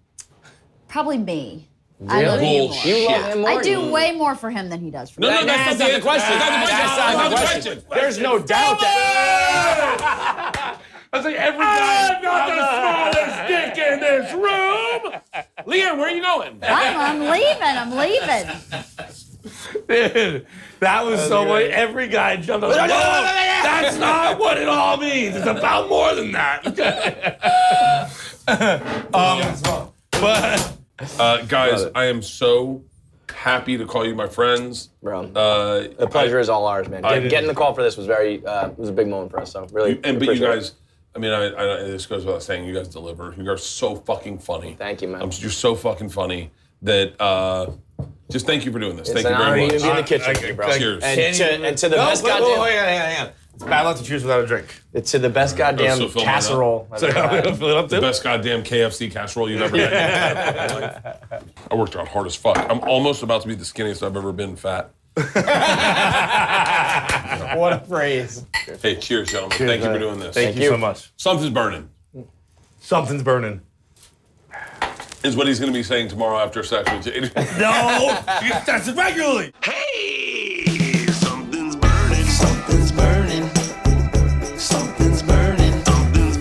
Speaker 13: probably me. I love you more.
Speaker 5: you love him more.
Speaker 13: I do
Speaker 5: you-
Speaker 13: way more for him than he does for me.
Speaker 3: no, that's not the question. That's not the question.
Speaker 5: There's no doubt that.
Speaker 14: That's like every guy. I'm not the smallest dick in this room. Leanne, where are you going?
Speaker 13: I'm, I'm leaving. I'm leaving.
Speaker 1: Dude, that was so much. Every guy jumped up. Whoa, that's not what it all means. It's about more than that.
Speaker 3: Uh, guys, I am so happy to call you my friends.
Speaker 5: Bro,
Speaker 3: Uh,
Speaker 5: the pleasure is all ours, man. Get, getting the call for this was very, uh, was a big moment for us. So really,
Speaker 3: and but you
Speaker 5: appreciate it.
Speaker 3: guys, I mean, I, I, this goes without saying, you guys deliver. You guys are so fucking funny.
Speaker 5: Thank you, man.
Speaker 3: I'm- you're so fucking funny that uh, just thank you for doing this.
Speaker 5: It's
Speaker 3: thank
Speaker 5: an
Speaker 3: you
Speaker 5: honor
Speaker 3: very
Speaker 5: to
Speaker 3: much.
Speaker 5: be in
Speaker 9: I-
Speaker 5: the kitchen,
Speaker 9: I-
Speaker 5: with you, bro.
Speaker 3: Cheers.
Speaker 5: And to, and to the
Speaker 9: No, oh,
Speaker 5: best
Speaker 9: wait, wait,
Speaker 5: goddamn,
Speaker 9: wait, hang on, hang on, hang on. It's bad luck to choose without a drink.
Speaker 5: to the best
Speaker 3: I'll
Speaker 5: goddamn
Speaker 3: still fill mine up.
Speaker 5: casserole. I've ever had.
Speaker 9: fill it up
Speaker 3: The best goddamn KFC casserole you've ever had. in your entire fucking life. I worked out hard as fuck. I'm almost about to be the skinniest I've ever been fat.
Speaker 5: what a phrase.
Speaker 3: Hey, cheers, gentlemen. thank you for doing this.
Speaker 9: Thank, you,
Speaker 5: you.
Speaker 9: so much.
Speaker 3: Something's burning.
Speaker 9: Something's burning.
Speaker 3: Is what he's going to be saying tomorrow after sex with Jade.
Speaker 1: no, you test it regularly.
Speaker 2: Hey, something's burning, something's burning, something's burning.